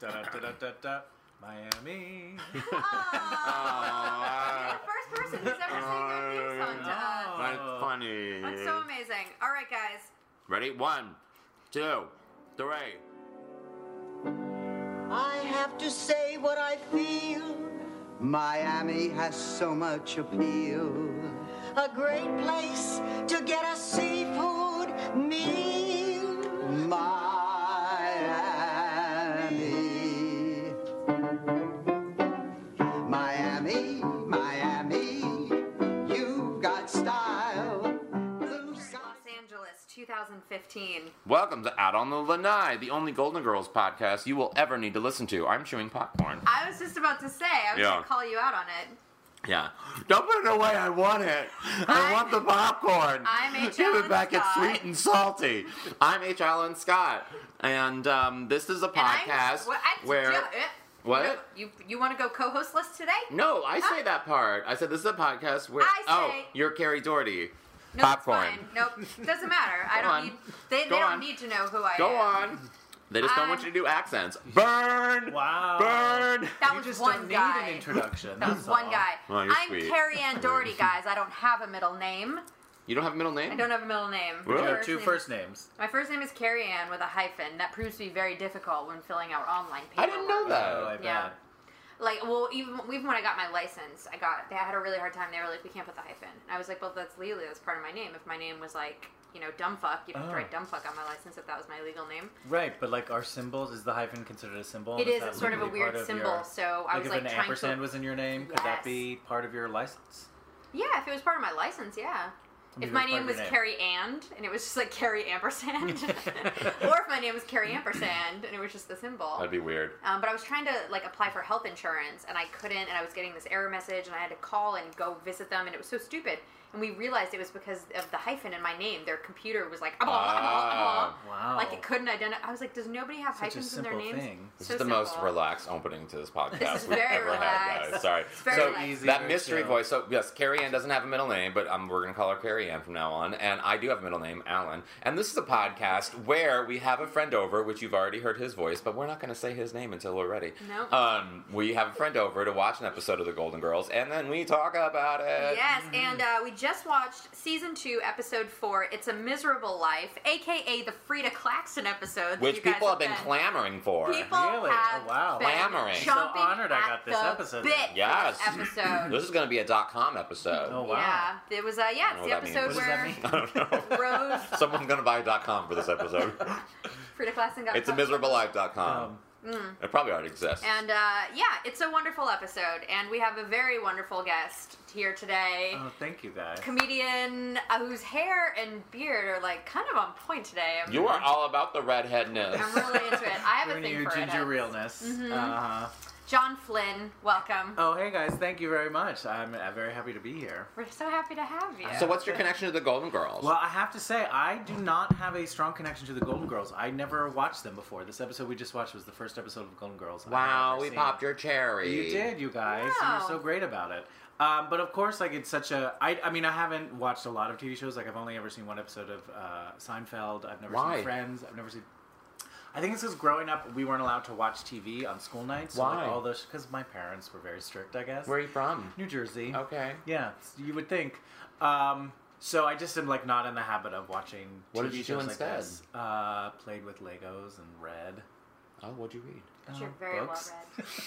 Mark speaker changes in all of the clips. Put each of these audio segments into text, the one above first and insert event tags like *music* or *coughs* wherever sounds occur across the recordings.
Speaker 1: da da da da da.
Speaker 2: *laughs*
Speaker 1: Miami.
Speaker 2: Aw.
Speaker 3: You're the first person who's ever sang that theme song to
Speaker 1: Aw.
Speaker 3: us.
Speaker 2: That's
Speaker 1: Oh.
Speaker 2: funny.
Speaker 3: That's so amazing. All right, guys.
Speaker 2: Ready? One, two, three.
Speaker 4: I have to say what I feel. Miami has so much appeal. A great place to get a seafood meal. Miami. Miami, Miami, you've got style. Blue
Speaker 3: *laughs*
Speaker 4: sky.
Speaker 3: Los Angeles, 2015.
Speaker 2: Welcome to Out on the Lanai, the only Golden Girls podcast you will ever need to listen to. I'm chewing popcorn.
Speaker 3: I was just about to say, I was
Speaker 2: Yeah.
Speaker 3: going to call you out on it.
Speaker 2: Yeah. *laughs* Don't put it away. I want it. I
Speaker 3: I'm-
Speaker 2: want the popcorn.
Speaker 3: I'm H.
Speaker 2: *laughs* Give it
Speaker 3: Allen
Speaker 2: back. It's
Speaker 3: Scott.
Speaker 2: sweet and salty. I'm H. Allen Scott, and um, this is a
Speaker 3: And I'm-
Speaker 2: podcast
Speaker 3: well, I-
Speaker 2: where.
Speaker 3: yeah, eh,
Speaker 2: What?
Speaker 3: You, you want to go co-hostless today?
Speaker 2: No, I say
Speaker 3: I-
Speaker 2: that part. I said this is a podcast where.
Speaker 3: I
Speaker 2: oh,
Speaker 3: say-
Speaker 2: you're Carrie Doherty.
Speaker 3: No,
Speaker 2: popcorn.
Speaker 3: That's fine. Nope, doesn't matter. I
Speaker 2: *laughs* Go
Speaker 3: don't
Speaker 2: on.
Speaker 3: need. They, they
Speaker 2: Go
Speaker 3: don't
Speaker 2: on.
Speaker 3: need to know who I
Speaker 2: Go
Speaker 3: am.
Speaker 2: on. They just don't want
Speaker 3: I'm-
Speaker 2: you to do accents. Burn.
Speaker 1: Wow.
Speaker 2: Burn.
Speaker 3: That
Speaker 1: You
Speaker 3: was
Speaker 1: just
Speaker 3: one
Speaker 1: don't
Speaker 3: guy.
Speaker 1: need an introduction.
Speaker 3: That was
Speaker 1: that's
Speaker 3: one
Speaker 1: all.
Speaker 3: guy.
Speaker 2: Oh, you're
Speaker 3: I'm
Speaker 2: sweet.
Speaker 3: Carrie Ann Doherty,
Speaker 2: *laughs*
Speaker 3: guys. I don't have a middle name.
Speaker 2: You don't have a middle name.
Speaker 3: I don't have a middle name.
Speaker 2: Really?
Speaker 1: You
Speaker 3: My
Speaker 1: have two
Speaker 3: name-
Speaker 1: first names.
Speaker 3: My first name is Carrie Ann with a hyphen. That proves to be very difficult when filling our online paperwork.
Speaker 2: I didn't know that.
Speaker 1: Oh, I bet.
Speaker 3: Yeah. Like, well, even even when I got my license, I got they had a really hard time. They were like, "We can't put the hyphen." And I was like, "Well, that's legally that's part of my name. If my name was like, you know, dumbfuck, you'd have to
Speaker 1: Oh.
Speaker 3: write dumbfuck on my license if that was my legal name."
Speaker 1: Right, but like our symbols is the hyphen considered a symbol?
Speaker 3: It
Speaker 1: And
Speaker 3: is
Speaker 1: that
Speaker 3: it's sort of a
Speaker 1: legally
Speaker 3: weird
Speaker 1: part of
Speaker 3: symbol,
Speaker 1: your-
Speaker 3: so I
Speaker 1: Like
Speaker 3: was
Speaker 1: if
Speaker 3: like
Speaker 1: an
Speaker 3: trying
Speaker 1: ampersand
Speaker 3: to.
Speaker 1: was in your name, could that
Speaker 3: Yes.
Speaker 1: be part of your license?
Speaker 3: Yeah, if it was part of my license, yeah.
Speaker 1: Somebody
Speaker 3: If my
Speaker 1: goes by
Speaker 3: name
Speaker 1: your
Speaker 3: was
Speaker 1: name.
Speaker 3: Carrie and and it was just like Carrie ampersand, *laughs* or
Speaker 1: *laughs*
Speaker 3: if my name was Carrie ampersand and it was just the symbol.
Speaker 2: That'd be weird.
Speaker 3: Um, but I was trying to like apply for health insurance and I couldn't, and I was getting this error message, and I had to call and go visit them, and it was so stupid. And we realized it was because of the hyphen in my name. Their computer was like, ah, blah, blah,
Speaker 2: Ah.
Speaker 3: blah.
Speaker 1: Wow.
Speaker 3: like it couldn't identify. I was like, does nobody have
Speaker 1: Such a
Speaker 3: hyphens in their
Speaker 1: simple
Speaker 3: names?
Speaker 1: thing.
Speaker 2: This
Speaker 3: So
Speaker 2: is the most
Speaker 3: simple.
Speaker 2: relaxed opening to this
Speaker 3: *laughs*
Speaker 2: podcast
Speaker 3: This is
Speaker 2: we've
Speaker 3: very
Speaker 2: ever had,
Speaker 3: relaxed.
Speaker 2: guys. Sorry.
Speaker 3: It's very
Speaker 2: so
Speaker 3: relaxed.
Speaker 1: Easy
Speaker 2: that
Speaker 1: to
Speaker 2: mystery
Speaker 1: chill.
Speaker 3: *laughs*
Speaker 2: voice. So yes, Carrie Ann doesn't have a middle name, but um, we're gonna call her Carrie Ann from now on. And I do have a middle name, Alan. And this is a podcast where we have a friend over, which you've already heard his voice, but we're not gonna say his name until we're ready.
Speaker 3: Nope.
Speaker 2: Um, we have a friend over to watch an episode of The Golden Girls, and then we talk about it.
Speaker 3: Yes, and uh, we just watched season two, episode four. It's a miserable life, aka the Frida Claxton episode. that
Speaker 2: Which
Speaker 3: you guys
Speaker 2: people have been
Speaker 3: been
Speaker 2: clamoring for.
Speaker 3: People
Speaker 1: Really? Oh,
Speaker 3: have
Speaker 1: wow.
Speaker 3: been
Speaker 2: Clamoring.
Speaker 3: jumping
Speaker 2: So
Speaker 1: honored I
Speaker 3: at
Speaker 1: got this
Speaker 3: the
Speaker 1: episode.
Speaker 3: Bit for
Speaker 2: Yes.
Speaker 3: this episode.
Speaker 2: *laughs* This is gonna be a dot com episode.
Speaker 1: Oh, wow.
Speaker 3: Yeah, it was. Uh, yeah,
Speaker 2: I
Speaker 3: it's
Speaker 2: don't
Speaker 3: the
Speaker 2: know what
Speaker 3: episode
Speaker 2: that means.
Speaker 1: What does that
Speaker 3: where
Speaker 1: mean?
Speaker 2: *laughs* I
Speaker 3: *laughs*
Speaker 2: don't know.
Speaker 3: Rose
Speaker 2: Someone's gonna buy a dot com for
Speaker 3: *laughs*
Speaker 2: this episode.
Speaker 3: Frida Claxton got
Speaker 2: It's a
Speaker 3: cut.
Speaker 2: miserableLife.com.
Speaker 1: Um,
Speaker 2: It probably already exists.
Speaker 3: And uh, yeah, it's a wonderful episode, and we have a very wonderful guest here today.
Speaker 1: oh, thank you guys.
Speaker 3: Comedian uh, whose hair and beard are like kind of on point today. I'm,
Speaker 2: you are all about the redheadness.
Speaker 3: I'm really into it. I have
Speaker 1: We're
Speaker 3: a
Speaker 1: into
Speaker 3: thing
Speaker 1: your
Speaker 3: for
Speaker 1: ginger
Speaker 3: it. Mm-hmm.
Speaker 1: realness. Uh-huh.
Speaker 3: John Flynn, welcome.
Speaker 1: Oh, hey guys, thank you very much. I'm, uh very happy to be here.
Speaker 3: We're so happy to have you.
Speaker 2: *laughs* So, what's your connection to the Golden Girls?
Speaker 1: Well, I have to say, I do not have a strong connection to the Golden Girls. I never watched them before. This episode we just watched was the first episode of Golden Girls. I've
Speaker 2: wow,
Speaker 1: ever
Speaker 2: we
Speaker 1: seen.
Speaker 2: popped your cherry.
Speaker 1: You did, you guys. You
Speaker 3: Wow.
Speaker 1: were so great about it. Um, but of course, like it's such a. I, I mean, I haven't watched a lot of TV shows. Like I've only ever seen one episode of uh, Seinfeld. I've never
Speaker 2: Why?
Speaker 1: seen Friends. I've never seen. I think it's because growing up, we weren't allowed to watch TV on school nights. So
Speaker 2: Why?
Speaker 1: Like all those because my parents were very strict. I guess.
Speaker 2: Where are you from?
Speaker 1: New Jersey.
Speaker 2: Okay.
Speaker 1: Yeah, you would think. Um, so I just am like not in the habit of watching. TV
Speaker 2: What did you do
Speaker 1: shows
Speaker 2: instead?
Speaker 1: Like this. Uh, played with Legos and read.
Speaker 2: Oh, what'd you read?
Speaker 3: You're
Speaker 1: uh,
Speaker 3: very
Speaker 1: books.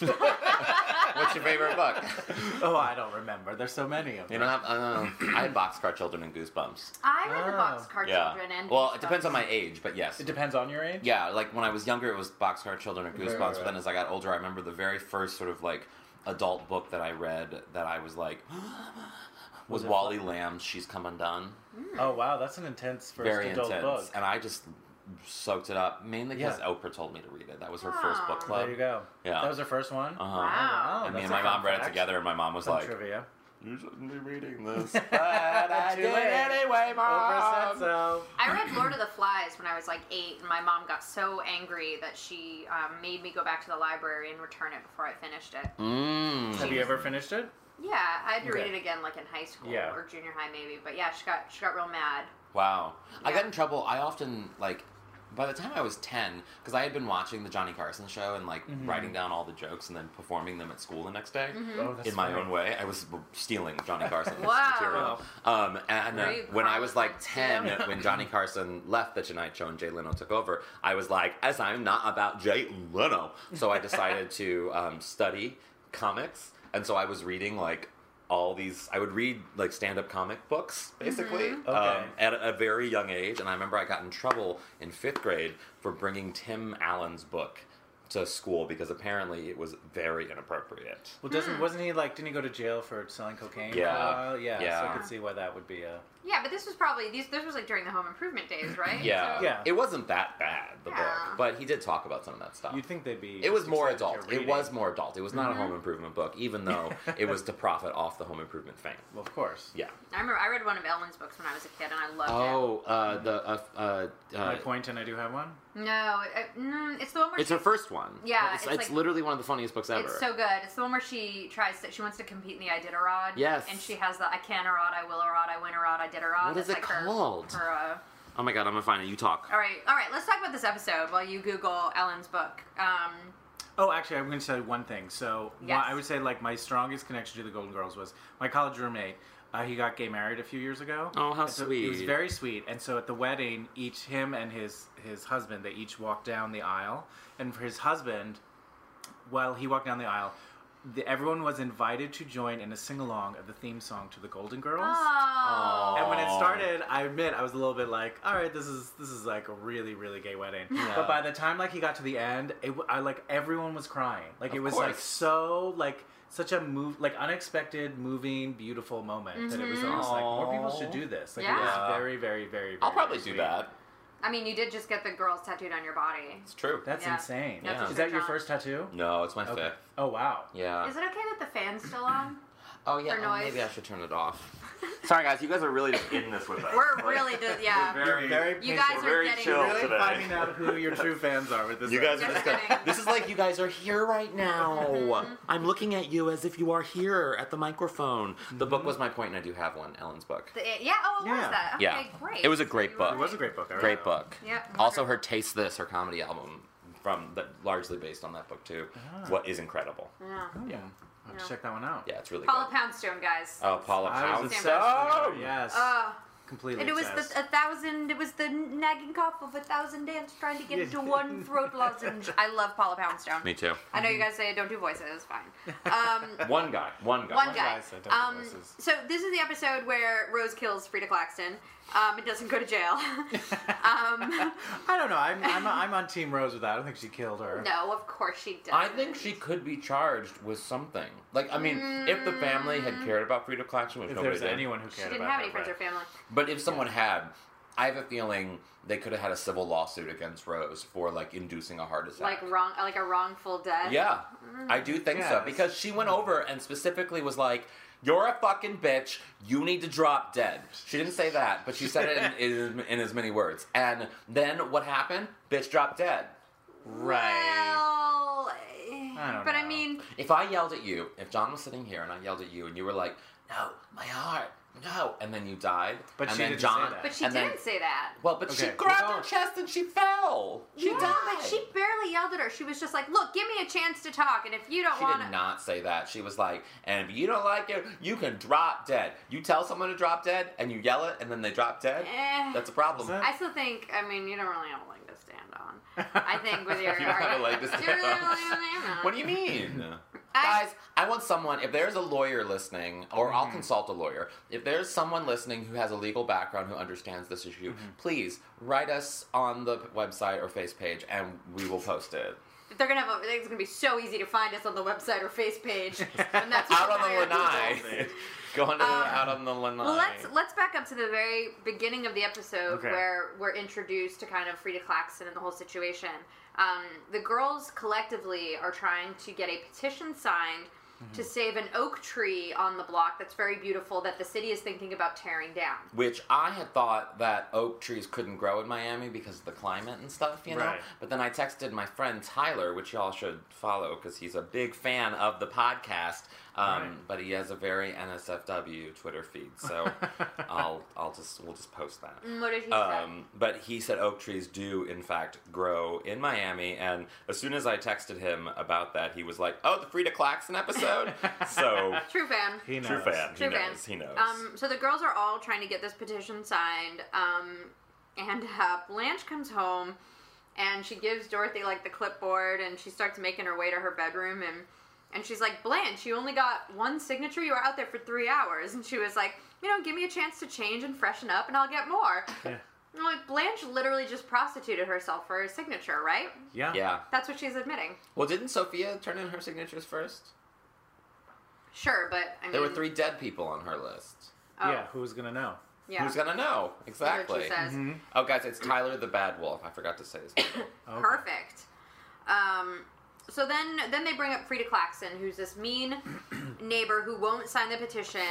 Speaker 3: well
Speaker 2: What's your
Speaker 3: *laughs*
Speaker 2: favorite book?
Speaker 1: *laughs* Oh, I don't remember. There's so many of
Speaker 2: You
Speaker 1: them.
Speaker 2: don't have. I don't know. I had Boxcar Children and Goosebumps.
Speaker 3: read. I read the
Speaker 1: Oh.
Speaker 3: Boxcar
Speaker 2: yeah.
Speaker 3: Children and
Speaker 2: well, it depends
Speaker 3: Goosebumps.
Speaker 2: on my age, but yes.
Speaker 1: It depends on your age.
Speaker 2: Yeah, like when I was younger, it was Boxcar Children or Goosebumps.
Speaker 1: Right, right,
Speaker 2: But
Speaker 1: right.
Speaker 2: then as I got older, I remember the very first sort of like adult book that I read that I was like *gasps* was
Speaker 1: Was it-
Speaker 2: Wally Lamb's "She's Come Undone."
Speaker 1: Oh wow, that's an intense first
Speaker 2: very
Speaker 1: adult
Speaker 2: intense,
Speaker 1: book.
Speaker 2: and I just soaked it up mainly because
Speaker 1: Yeah.
Speaker 2: Oprah told me to read it. That was her first book
Speaker 3: Wow.
Speaker 2: club.
Speaker 1: there you go.
Speaker 2: Yeah.
Speaker 1: that was her first one. Oh,
Speaker 2: Uh huh.
Speaker 3: Wow.
Speaker 1: that's
Speaker 2: and me and
Speaker 1: a
Speaker 2: my
Speaker 1: fun
Speaker 2: mom read it
Speaker 1: fact.
Speaker 2: together, and my mom was
Speaker 1: Some
Speaker 2: like,
Speaker 1: trivia.
Speaker 2: "You shouldn't be reading
Speaker 1: *laughs*
Speaker 2: this." but I
Speaker 1: Too
Speaker 2: did
Speaker 1: late.
Speaker 2: anyway,
Speaker 3: Um,
Speaker 1: Oprah
Speaker 2: mom.
Speaker 1: said so.
Speaker 3: I read Lord of the Flies when I was like eight, and my mom got so angry that she um, made me go back to the library and return it before I finished it.
Speaker 2: Mm.
Speaker 1: Have you ever finished it?
Speaker 3: Yeah, I had to read
Speaker 1: Okay.
Speaker 3: it again like in high school
Speaker 1: Yeah.
Speaker 3: or junior high maybe, but yeah, she got she got real mad.
Speaker 2: Wow. I
Speaker 3: Yeah.
Speaker 2: got in trouble. I often like by the time I was 10, because I had been watching the Johnny Carson show and like writing down all the jokes and then performing them at school the next day
Speaker 3: Mm-hmm.
Speaker 1: Oh, that's
Speaker 2: in my
Speaker 1: funny.
Speaker 2: own way. I was stealing
Speaker 1: *laughs*
Speaker 2: Johnny Carson's
Speaker 3: Wow.
Speaker 2: material. Um, and uh,
Speaker 3: Were you
Speaker 2: when I was like
Speaker 3: crying?
Speaker 2: 10, when Johnny Carson left The Tonight Show and Jay Leno took over, I was like, as I'm not about Jay Leno. So I decided to um, study comics. And so I was reading like all these, I would read like stand up comic books basically
Speaker 1: Okay.
Speaker 2: um, at a very young age. And I remember I got in trouble in fifth grade for bringing Tim Allen's book. To school because apparently it was very inappropriate.
Speaker 1: Well,
Speaker 3: Hmm.
Speaker 1: doesn't wasn't he like? Didn't he go to jail for selling cocaine? for a
Speaker 2: Yeah.
Speaker 1: while? yeah. So
Speaker 2: Yeah.
Speaker 1: I could see why that would be a.
Speaker 3: Yeah, but this was probably these. This was like during the home improvement days, right?
Speaker 2: Yeah.
Speaker 3: So-
Speaker 1: Yeah.
Speaker 2: It wasn't that bad, the
Speaker 3: Yeah.
Speaker 2: book. But he did talk about some of that stuff.
Speaker 1: You'd think they'd be.
Speaker 2: it was
Speaker 1: just
Speaker 2: more
Speaker 1: excited
Speaker 2: adult.
Speaker 1: you're
Speaker 2: It was
Speaker 1: reading.
Speaker 2: more adult. It was not a
Speaker 3: Mm-hmm.
Speaker 2: home improvement book, even though it was to profit off the home improvement fame.
Speaker 1: Well, of course.
Speaker 2: Yeah.
Speaker 3: I remember I read one of Ellen's books when I was a kid, and I loved it.
Speaker 2: Oh, uh, the uh, uh,
Speaker 1: My
Speaker 2: uh,
Speaker 1: point, and I do have one.
Speaker 3: No, it, mm, it's the one where
Speaker 2: it's
Speaker 3: she,
Speaker 2: her first one.
Speaker 3: Yeah,
Speaker 2: it's,
Speaker 3: it's
Speaker 2: it's
Speaker 3: like-
Speaker 2: literally one of the funniest books ever.
Speaker 3: It's so good. It's the one where she tries to. She wants to compete in the Iditarod.
Speaker 2: Yes.
Speaker 3: And she has the I can a rod, I will a rod, I win a rod, I did a rod.
Speaker 2: What is
Speaker 3: That's
Speaker 2: it
Speaker 3: like her-
Speaker 2: called?
Speaker 3: Her, uh,
Speaker 2: oh my god, I'm gonna find it. You talk.
Speaker 3: all right, all right. Let's talk about this episode while you Google Ellen's book. Um,
Speaker 1: Oh, actually, I'm going to say one thing. So, why-
Speaker 3: Yes.
Speaker 1: I would say like my strongest connection to the Golden Girls was my college roommate. Uh, he got gay married a few years ago.
Speaker 2: Oh, how
Speaker 1: And so It was
Speaker 2: sweet.
Speaker 1: very sweet. And so at the wedding, each him and his his husband, they each walked down the aisle. And for his husband, while he walked down the aisle, the, everyone was invited to join in a sing along of the theme song to the Golden Girls.
Speaker 3: oh.
Speaker 1: And when it
Speaker 2: Aw.
Speaker 1: started, I admit I was a little bit like, all right, this is this is like a really really gay wedding. But by the time like he got to the end, it, w- I like everyone was crying. Like it
Speaker 2: Of
Speaker 1: was like
Speaker 2: course.
Speaker 1: so like such a move like unexpected, moving, beautiful moment that it was almost like more people should
Speaker 2: Aw.
Speaker 1: do this. Like it
Speaker 3: Mm-hmm. Yeah.
Speaker 1: was very very very. very
Speaker 2: I'll probably do
Speaker 1: sweet.
Speaker 2: that.
Speaker 3: I mean, you did just get the girls tattooed on your body.
Speaker 2: It's true.
Speaker 1: That's
Speaker 3: Yeah.
Speaker 1: insane.
Speaker 3: That's
Speaker 2: Yeah. a
Speaker 1: Is that
Speaker 3: true
Speaker 1: your
Speaker 3: job.
Speaker 1: first tattoo?
Speaker 2: no, it's my
Speaker 1: Okay.
Speaker 2: fifth.
Speaker 1: Oh wow.
Speaker 2: Yeah.
Speaker 3: Is it okay that the fan's
Speaker 1: *clears throat*
Speaker 3: still on?
Speaker 2: oh yeah.
Speaker 3: for
Speaker 2: oh,
Speaker 3: noise?
Speaker 2: maybe I should turn
Speaker 3: *laughs*
Speaker 2: it off. Sorry guys, you guys are really just in this with us.
Speaker 3: We're really just yeah.
Speaker 1: Very, very
Speaker 3: You guys are
Speaker 2: very
Speaker 3: getting
Speaker 2: chill.
Speaker 1: really
Speaker 2: today.
Speaker 1: finding out who your true fans are with this.
Speaker 2: You guys are
Speaker 1: episode.
Speaker 3: Just
Speaker 2: just gonna,
Speaker 3: kidding.
Speaker 2: This is like you guys are here right
Speaker 1: Mm-hmm.
Speaker 2: now. I'm looking at you as if you are here at the microphone. The book
Speaker 1: Mm-hmm.
Speaker 2: was my point, and I do have one. Ellen's book.
Speaker 3: The- yeah. Oh, what was
Speaker 1: Yeah.
Speaker 3: that? Okay,
Speaker 2: Yeah.
Speaker 3: great.
Speaker 2: It was a great
Speaker 3: You were
Speaker 2: book.
Speaker 1: It was a great book. I read
Speaker 2: Great
Speaker 1: that.
Speaker 2: book.
Speaker 3: Yep.
Speaker 2: Also, her "Taste This," her comedy album from that largely based on that book too.
Speaker 1: Ah.
Speaker 2: What is incredible?
Speaker 3: Yeah.
Speaker 1: Oh, yeah. I'll have to
Speaker 3: Yeah.
Speaker 1: check that one out.
Speaker 2: Yeah, it's really
Speaker 3: Paula
Speaker 2: good.
Speaker 3: Poundstone, guys.
Speaker 2: Oh,
Speaker 1: I
Speaker 2: Paula
Speaker 1: was
Speaker 2: Pound.
Speaker 3: Sam
Speaker 1: obsessed
Speaker 2: Mm.
Speaker 1: with her, Oh, Yes.
Speaker 3: Uh,
Speaker 1: completely
Speaker 3: And it was
Speaker 1: obsessed.
Speaker 3: the a thousand. It was the nagging cough of a thousand ants trying to get into
Speaker 1: *laughs*
Speaker 3: one throat lozenge. I love Paula Poundstone.
Speaker 2: Me too.
Speaker 3: I know you guys say I don't do
Speaker 1: *laughs*
Speaker 3: voices. Fine. Um,
Speaker 2: One guy. One guy.
Speaker 3: one
Speaker 1: guy
Speaker 3: guy.
Speaker 1: said don't do
Speaker 3: Um,
Speaker 1: voices.
Speaker 3: so this is the episode where Rose kills Frida Claxton. Um, it doesn't go to
Speaker 2: *laughs*
Speaker 1: *laughs*
Speaker 3: jail. *laughs* um,
Speaker 1: I don't know. I'm, I'm, I'm on Team Rose with that. I don't think she killed her.
Speaker 3: no, of course she does.
Speaker 2: I think she could be charged with something. Like, I mean, if the family had cared about Frida Claxton, which
Speaker 1: If
Speaker 2: nobody
Speaker 1: there's
Speaker 2: did,
Speaker 1: anyone who
Speaker 3: she
Speaker 1: cared
Speaker 3: didn't
Speaker 1: about
Speaker 3: have
Speaker 1: her,
Speaker 3: any friends or
Speaker 1: right.
Speaker 3: family.
Speaker 2: But if someone had, I have a feeling they could have had a civil lawsuit against Rose for like inducing a heart attack.
Speaker 3: Like Mm. wrong, like a wrongful death.
Speaker 2: yeah, I do think so
Speaker 1: Yes.
Speaker 2: because she went over and specifically was like, "You're a fucking bitch. You need to drop dead." She didn't say that, but she said it in,
Speaker 3: *laughs*
Speaker 2: in, in as many words. And then what happened? Bitch dropped dead.
Speaker 1: Right.
Speaker 3: Well, eh,
Speaker 1: I don't
Speaker 3: but I
Speaker 1: know.
Speaker 3: mean,
Speaker 2: If I yelled at you, if John was sitting here and I yelled at you, and you were like, "No, my heart, no," and then you died,
Speaker 1: But
Speaker 2: and
Speaker 1: she
Speaker 2: then
Speaker 1: didn't say
Speaker 2: John,
Speaker 1: that.
Speaker 3: but she
Speaker 2: and then-
Speaker 3: didn't say that.
Speaker 2: Well, but she
Speaker 1: Okay.
Speaker 2: grabbed
Speaker 1: Well-
Speaker 2: her chest and she fell. She
Speaker 3: yeah,
Speaker 2: died.
Speaker 3: but she barely yelled at her. She was just like, "Look, give me a chance to talk, and if you don't
Speaker 2: She
Speaker 3: want
Speaker 2: did not say that. She was like, and if you don't like it, you can drop dead. You tell someone to drop dead and you yell it and then they drop dead.
Speaker 3: Eh.
Speaker 2: That's a problem.
Speaker 1: Is
Speaker 3: I still think. I mean, you don't really have a leg to stand on. I think
Speaker 2: *laughs*
Speaker 3: with your
Speaker 2: You don't have a leg to
Speaker 3: argument-
Speaker 2: stand
Speaker 3: You really
Speaker 2: on.
Speaker 3: don't have a leg to
Speaker 2: What do you *laughs* mean?
Speaker 3: I-
Speaker 2: Guys, I want someone, if there's a lawyer listening, or I'll consult a lawyer, if there's someone listening who has a legal background who understands this issue, please write us on the website or face page and we will post it.
Speaker 3: They're gonna have. A, it's gonna be so easy to find us on the website or face
Speaker 2: *laughs*
Speaker 3: page. And that's
Speaker 2: Out on the
Speaker 3: what I-
Speaker 2: lanai. *laughs* Go on to the, out on the lanai.
Speaker 3: Well, Um, let's let's back up to the very beginning of the episode
Speaker 1: Okay.
Speaker 3: where we're introduced to kind of Frida Claxton and the whole situation. Um, the girls collectively are trying to get a petition signed
Speaker 2: Mm-hmm.
Speaker 3: to save an oak tree on the block that's very beautiful that the city is thinking about tearing down.
Speaker 2: Which I had thought that oak trees couldn't grow in Miami because of the climate and stuff, you know.
Speaker 1: Right.
Speaker 2: But then I texted my friend Tyler, which y'all should follow because he's a big fan of the podcast. Um,
Speaker 1: Right.
Speaker 2: But he has a very NSFW Twitter feed,
Speaker 1: *laughs*
Speaker 2: so I'll I'll just we'll just post that.
Speaker 3: Mm, What did he
Speaker 2: Um, but he said oak trees do, in fact, grow in Miami. And as soon as I texted him about that, he was like, "Oh, the Frida
Speaker 1: *laughs*
Speaker 2: Claxon episode." so
Speaker 3: say? True fan.
Speaker 1: He knows.
Speaker 2: true fan.
Speaker 3: True
Speaker 2: he
Speaker 3: fan.
Speaker 2: knows. He knows.
Speaker 3: Um, so the girls are all trying to get this petition signed. Um, and uh, Blanche comes home and she gives Dorothy like the clipboard and she starts making her way to her bedroom and and she's like, Blanche, you only got one signature. You were out there for three hours. And she was like, you know, give me a chance to change and freshen up and I'll get more.
Speaker 1: *laughs* Yeah.
Speaker 3: I'm like, Blanche literally just prostituted herself for her signature, right?
Speaker 1: Yeah.
Speaker 2: yeah.
Speaker 3: That's what she's admitting.
Speaker 2: Well, didn't Sophia turn in her signatures first?
Speaker 3: Sure, but I mean,
Speaker 2: There were three dead people on her list.
Speaker 3: Oh,
Speaker 1: Yeah, Who's gonna know? Mm-hmm.
Speaker 3: yeah.
Speaker 2: Who's gonna know
Speaker 3: That's what
Speaker 2: exactly?
Speaker 3: she says.
Speaker 2: Oh, guys, it's Tyler the Bad Wolf. I forgot to say his
Speaker 3: *coughs*
Speaker 2: name.
Speaker 1: Okay.
Speaker 3: Perfect. Um, so then, then they bring up Frida Claxon, who's this mean neighbor who won't sign the petition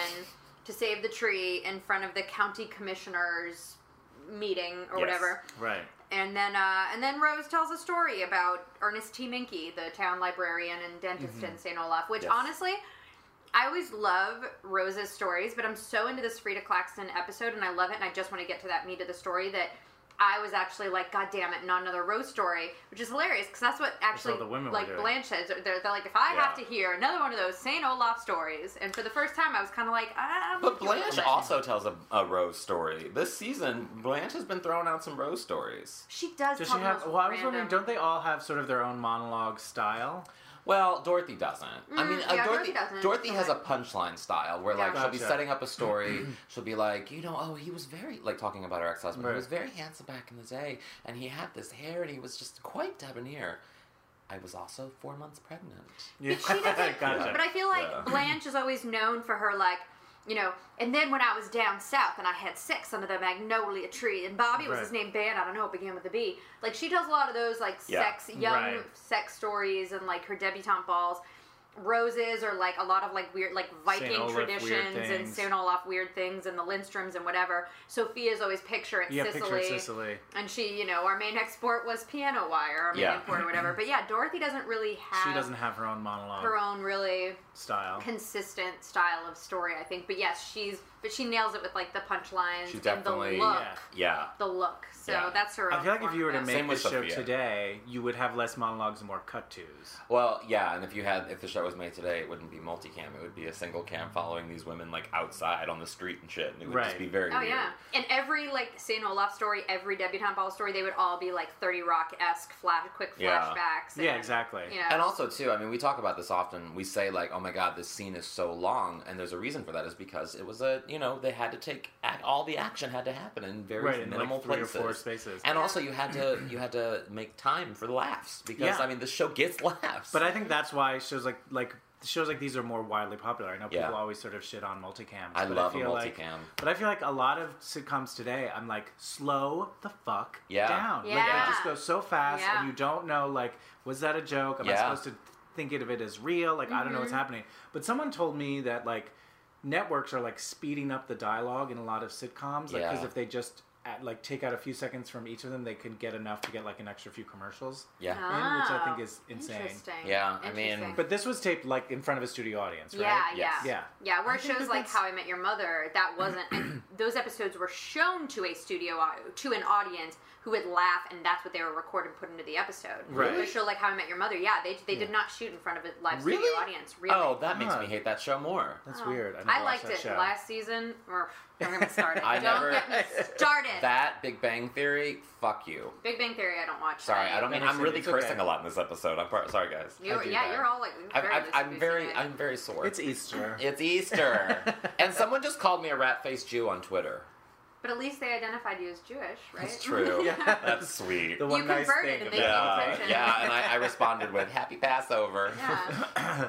Speaker 3: to save the tree in front of the county commissioner's meeting or
Speaker 2: Yes.
Speaker 3: whatever.
Speaker 1: Right.
Speaker 3: And then, uh, and then Rose tells a story about Ernest T. Minkey, the town librarian and dentist
Speaker 1: Mm-hmm.
Speaker 3: in St. Olaf. Which
Speaker 2: Yes.
Speaker 3: honestly, I always love Rose's stories, but I'm so into this Frida Claxton episode, and I love it, and I just want to get to that meat of the story that I was actually like, God damn it, not another Rose story, which is hilarious because that's what actually
Speaker 1: all the women were
Speaker 3: like
Speaker 1: doing.
Speaker 3: Blanche says. They're, they're like, if I
Speaker 2: Yeah.
Speaker 3: have to hear another one of those St. Olaf stories, and for the first time, I was kind of like, ah,
Speaker 2: But Blanche also tells a, a Rose story. This season, Blanche has been throwing out some Rose stories.
Speaker 3: she does.
Speaker 1: Does she
Speaker 3: tell the
Speaker 1: have?
Speaker 3: most
Speaker 1: Well, I was
Speaker 3: random-
Speaker 1: wondering. Don't they all have sort of their own monologue style?
Speaker 2: Well, Dorothy doesn't. I mean,
Speaker 3: Mm,
Speaker 2: uh,
Speaker 3: yeah,
Speaker 2: Dorothy,
Speaker 3: Dorothy doesn't.
Speaker 2: Dorothy has a
Speaker 3: Okay.
Speaker 2: punchline style where, like,
Speaker 3: Yeah.
Speaker 2: she'll be
Speaker 1: Gotcha.
Speaker 2: setting up a story.
Speaker 1: *clears throat*
Speaker 2: she'll be like, you know, oh, he was very, like, talking about her ex husband.
Speaker 1: Right.
Speaker 2: He was very handsome back in the day, and he had this hair, and he was just quite debonair. I was also four months pregnant.
Speaker 1: Yeah.
Speaker 3: But she doesn't.
Speaker 1: *laughs* gotcha.
Speaker 3: But I feel like
Speaker 2: Yeah.
Speaker 3: Blanche is always known for her like. You know, and then when I was down south and I had sex under the magnolia tree, and Bobby was
Speaker 1: Right.
Speaker 3: his name, Ben, I don't know, it began with a B. Like, she tells a lot of those, like,
Speaker 2: Yeah.
Speaker 3: sex, young
Speaker 1: Right.
Speaker 3: sex stories and, like, her debutante balls. Roses are, like, a lot of, like, weird, like, Viking
Speaker 1: Olaf weird
Speaker 3: traditions and
Speaker 1: things.
Speaker 3: St. Olaf weird things and the Lindstroms and whatever. Sophia's always picture at
Speaker 1: yeah.
Speaker 3: Sicily.
Speaker 1: Picture of Sicily.
Speaker 3: And she, you know, our main export was piano wire, our main
Speaker 2: Yeah.
Speaker 3: import or whatever. But yeah, Dorothy doesn't really have
Speaker 1: She doesn't have her own monologue
Speaker 3: her own really
Speaker 2: Oh.
Speaker 1: style.
Speaker 3: consistent style of story, I think. But yes, she's but she nails it with like the punchlines
Speaker 2: She
Speaker 3: and the look,
Speaker 2: definitely-
Speaker 1: yeah.
Speaker 2: Yeah.
Speaker 3: the look. So
Speaker 2: Yeah.
Speaker 3: that's her.
Speaker 1: I
Speaker 3: own
Speaker 1: feel like if you were to
Speaker 3: formula.
Speaker 1: make
Speaker 2: Same
Speaker 1: the
Speaker 2: with
Speaker 1: show
Speaker 2: Sophia.
Speaker 1: today, you would have less monologues and more cut tos.
Speaker 2: Well, yeah, and if you had if the show was made today, it wouldn't be multicam. It would be a single cam following these women like outside on the street and shit. And it would just
Speaker 1: Right.
Speaker 2: be very
Speaker 3: Oh
Speaker 2: weird.
Speaker 3: yeah, and every like Saint Olaf story, every debutante ball story, they would all be like Thirty Rock esque flash, quick
Speaker 2: Yeah.
Speaker 3: flashbacks.
Speaker 1: Yeah,
Speaker 3: and,
Speaker 1: exactly.
Speaker 3: You know,
Speaker 2: And also too, I mean, we talk about this often. We say like, "Oh my god, this scene is so long," and there's a reason for that. Is because it was a you know they had to take ac- all the action had to happen in very
Speaker 1: Right, in
Speaker 2: minimal
Speaker 1: like three
Speaker 2: places.
Speaker 1: or four spaces.
Speaker 2: And also, you had to you had to make time for laughs because
Speaker 1: Yeah.
Speaker 2: I mean, the show gets *laughs* laughs.
Speaker 1: But I think that's why shows like like shows like these are more widely popular. I know people
Speaker 2: Yeah.
Speaker 1: always sort of shit on multicams.
Speaker 2: I
Speaker 1: but
Speaker 2: love a
Speaker 1: feel like-
Speaker 2: multicam.
Speaker 1: but I feel like a lot of sitcoms today, I'm like, slow the fuck
Speaker 2: Yeah.
Speaker 1: down. Like
Speaker 3: Yeah.
Speaker 1: they just go so fast,
Speaker 3: Yeah.
Speaker 1: and you don't know like, was that a joke? Am I
Speaker 2: Yeah.
Speaker 1: supposed to think of it as real? Like I don't know what's
Speaker 3: Mm-hmm.
Speaker 1: happening. But someone told me that like networks are like speeding up the dialogue in a lot of sitcoms, like because
Speaker 2: Yeah.
Speaker 1: if they just at, like take out a few seconds from each of them, they could get enough to get like an extra few commercials.
Speaker 2: yeah,
Speaker 1: And which I think
Speaker 3: Oh,
Speaker 1: is insane.
Speaker 3: Interesting.
Speaker 2: Yeah, I mean-
Speaker 3: Interesting.
Speaker 1: But this was taped like in front of a studio audience, right?
Speaker 3: Yeah,
Speaker 2: Yes.
Speaker 3: yeah,
Speaker 1: Yeah.
Speaker 3: yeah. Where
Speaker 1: I think
Speaker 3: shows
Speaker 1: that
Speaker 3: like
Speaker 1: that's-
Speaker 3: How I Met Your Mother, that wasn't.
Speaker 1: *clears throat*
Speaker 3: *clears throat* and those episodes were shown to a studio au- to an audience who would laugh, and that's what they were recorded and put into the episode.
Speaker 1: Right.
Speaker 3: But A show like How I Met Your Mother, yeah, they, they did
Speaker 1: Yeah.
Speaker 3: not shoot in front of a live studio
Speaker 2: Really?
Speaker 3: audience. Really.
Speaker 2: Oh, that makes
Speaker 1: Huh.
Speaker 2: me hate that show more.
Speaker 1: That's
Speaker 3: Oh.
Speaker 1: weird. I, never
Speaker 3: I,
Speaker 1: watched
Speaker 3: liked
Speaker 1: that
Speaker 3: it
Speaker 1: show.
Speaker 3: last season. Or, don't get me
Speaker 2: *laughs*
Speaker 3: started.
Speaker 2: I
Speaker 3: don't
Speaker 2: never-
Speaker 3: get
Speaker 2: *laughs*
Speaker 3: me started.
Speaker 2: That Big Bang Theory, fuck you.
Speaker 3: Big Bang Theory, I don't watch.
Speaker 2: Sorry, I don't mean
Speaker 1: Never
Speaker 2: I'm
Speaker 1: seen
Speaker 2: really
Speaker 1: it. It's okay.
Speaker 2: cursing a lot in this episode. I'm par- sorry, guys. I
Speaker 3: You're,
Speaker 2: do
Speaker 3: yeah,
Speaker 2: that.
Speaker 3: you're all like.
Speaker 2: I've,
Speaker 3: very
Speaker 2: I've, I'm
Speaker 3: loosey-goosey
Speaker 2: very,
Speaker 3: today.
Speaker 2: I'm very sore.
Speaker 1: It's Easter.
Speaker 2: It's Easter.
Speaker 1: *laughs*
Speaker 2: and someone just called me a rat faced Jew on Twitter.
Speaker 3: But at least they identified you as Jewish, right?
Speaker 2: That's
Speaker 3: *laughs*
Speaker 2: true.
Speaker 1: Yeah.
Speaker 2: That's sweet.
Speaker 1: the one nice
Speaker 3: converted
Speaker 1: thing.
Speaker 3: and
Speaker 1: about-
Speaker 3: they-
Speaker 2: Yeah,
Speaker 3: attention.
Speaker 2: yeah, and I, I
Speaker 3: *laughs*
Speaker 2: responded with "Happy Passover."
Speaker 3: Yeah.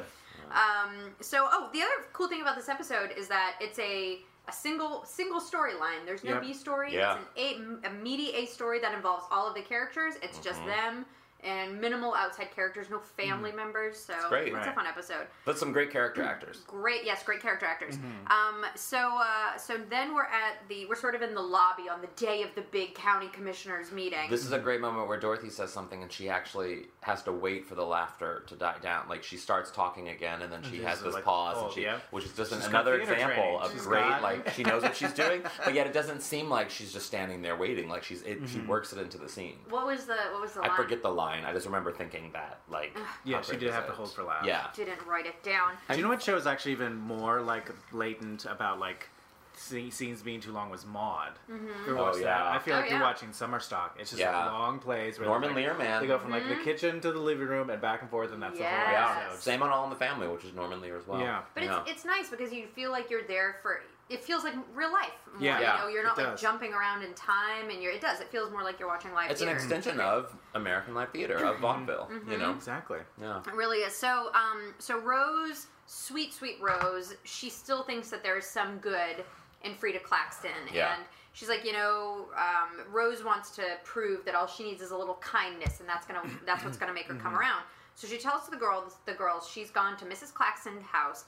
Speaker 3: um, so, oh, the other cool thing about this episode is that it's a a single single storyline. There's no
Speaker 1: Yep.
Speaker 3: B story.
Speaker 2: Yeah. Mm-hmm.
Speaker 3: It's an a, a meaty A story that involves all of the characters. It's just them and minimal outside characters, no family members. So it's,
Speaker 2: Mm. great.
Speaker 3: a
Speaker 1: Right.
Speaker 3: fun episode.
Speaker 2: But some great character actors.
Speaker 3: Great, yes, great character actors. Um, so, uh, so then we're at the we're sort of in the lobby on the day of the big county commissioners meeting.
Speaker 2: This is a great moment where Dorothy says something and she actually has to wait for the laughter to die down. Like she starts talking again and then she
Speaker 1: she's
Speaker 2: has this
Speaker 1: like,
Speaker 2: pause
Speaker 1: oh,
Speaker 2: and she
Speaker 1: yeah.
Speaker 2: which is just an,
Speaker 1: She's got
Speaker 2: another
Speaker 1: theater
Speaker 2: example
Speaker 1: training.
Speaker 2: of
Speaker 1: She's
Speaker 2: great
Speaker 1: got-
Speaker 2: like she knows what she's doing, *laughs* but yet it doesn't seem like she's just standing there waiting. Like she's it,
Speaker 1: Mm-hmm.
Speaker 2: she works it into the scene.
Speaker 3: what was the what was the
Speaker 2: I
Speaker 3: line?
Speaker 2: forget the line. I just remember thinking that like
Speaker 1: Yeah,
Speaker 2: how
Speaker 1: she
Speaker 2: great
Speaker 1: did
Speaker 2: was
Speaker 1: have to
Speaker 2: it?
Speaker 1: hold for laughs.
Speaker 2: Yeah.
Speaker 3: Didn't write it down.
Speaker 1: Do you know what show is actually even more like blatant about like sce- scenes being too long was Maud. Mm-hmm.
Speaker 2: Oh, yeah.
Speaker 1: I feel
Speaker 3: Oh,
Speaker 1: like you're
Speaker 3: yeah.
Speaker 1: watching Summer Stock. It's just
Speaker 2: Yeah.
Speaker 1: like long plays where
Speaker 2: Norman
Speaker 1: like,
Speaker 2: Lear, man.
Speaker 1: They go from like the kitchen to the living room and back and forth, and that's the whole
Speaker 3: Mm-hmm. Yes.
Speaker 2: Yeah.
Speaker 1: episode.
Speaker 2: Same on All in the Family, which is Norman Lear as well.
Speaker 1: Yeah.
Speaker 3: But it's, it's nice because you feel like you're there for it feels like real life. More,
Speaker 1: Yeah.
Speaker 2: Yeah,
Speaker 3: you know, you're
Speaker 1: it
Speaker 3: not like
Speaker 1: does.
Speaker 3: jumping around in time, and you're it does. It feels more like you're watching live.
Speaker 2: It's an
Speaker 3: theater.
Speaker 2: extension of American live theater,
Speaker 1: Mm-hmm.
Speaker 2: of vaudeville,
Speaker 3: Mm-hmm.
Speaker 2: you know?
Speaker 1: Exactly.
Speaker 2: Yeah.
Speaker 3: It really is. So, um, so Rose, sweet, sweet Rose, she still thinks that there is some good in Frida Claxton,
Speaker 2: Yeah.
Speaker 3: and she's like, you know, um, Rose wants to prove that all she needs is a little kindness, and that's
Speaker 2: *clears throat*
Speaker 3: gonna, that's what's gonna make her
Speaker 2: Mm-hmm.
Speaker 3: come around. So she tells the girls, the girls, she's gone to Mrs. Claxton's house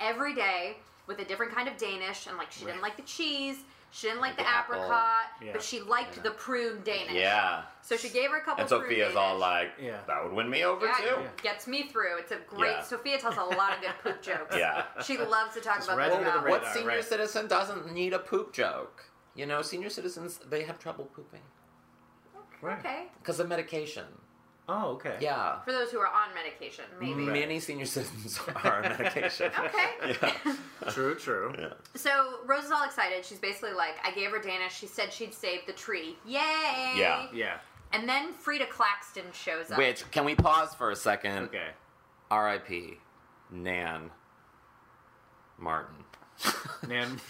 Speaker 3: every day with a different kind of Danish, and like she didn't like the cheese, she didn't like the,
Speaker 2: The apple.
Speaker 3: apricot,
Speaker 1: Yeah.
Speaker 3: but she liked the prune Danish.
Speaker 2: Yeah.
Speaker 3: So she gave her a couple.
Speaker 2: And
Speaker 3: prune
Speaker 2: Sophia's all
Speaker 3: Danish.
Speaker 2: like,
Speaker 1: Yeah.
Speaker 2: that would win me over
Speaker 3: Yeah,
Speaker 2: too.
Speaker 3: it gets me through. It's a great.
Speaker 2: Yeah.
Speaker 3: Sophia tells a lot of good poop
Speaker 2: *laughs*
Speaker 3: jokes.
Speaker 2: Yeah.
Speaker 3: she loves to talk
Speaker 1: Just *laughs*
Speaker 3: about
Speaker 1: right
Speaker 3: those
Speaker 1: under the
Speaker 3: novels.
Speaker 2: What
Speaker 1: Radar,
Speaker 2: senior
Speaker 1: right.
Speaker 2: citizen doesn't need a poop joke? You know, senior citizens, they have trouble pooping
Speaker 1: Right.
Speaker 3: Okay,
Speaker 2: because of medication.
Speaker 1: Oh, okay.
Speaker 2: Yeah.
Speaker 3: for those who are on medication, maybe.
Speaker 1: Right.
Speaker 2: Many senior citizens *laughs* are on medication.
Speaker 1: *laughs*
Speaker 2: *laughs*
Speaker 3: Okay.
Speaker 2: Mm. Yeah.
Speaker 1: True. True.
Speaker 3: *laughs* So Rose is all excited. She's basically like, I gave her Danish. She said she'd save the tree. Yay!
Speaker 2: Yeah.
Speaker 1: Yeah.
Speaker 3: And then Frida Claxton shows up.
Speaker 2: Which, can we pause for a second?
Speaker 1: Okay.
Speaker 2: R.I.P. Nan Martin.
Speaker 1: Nan.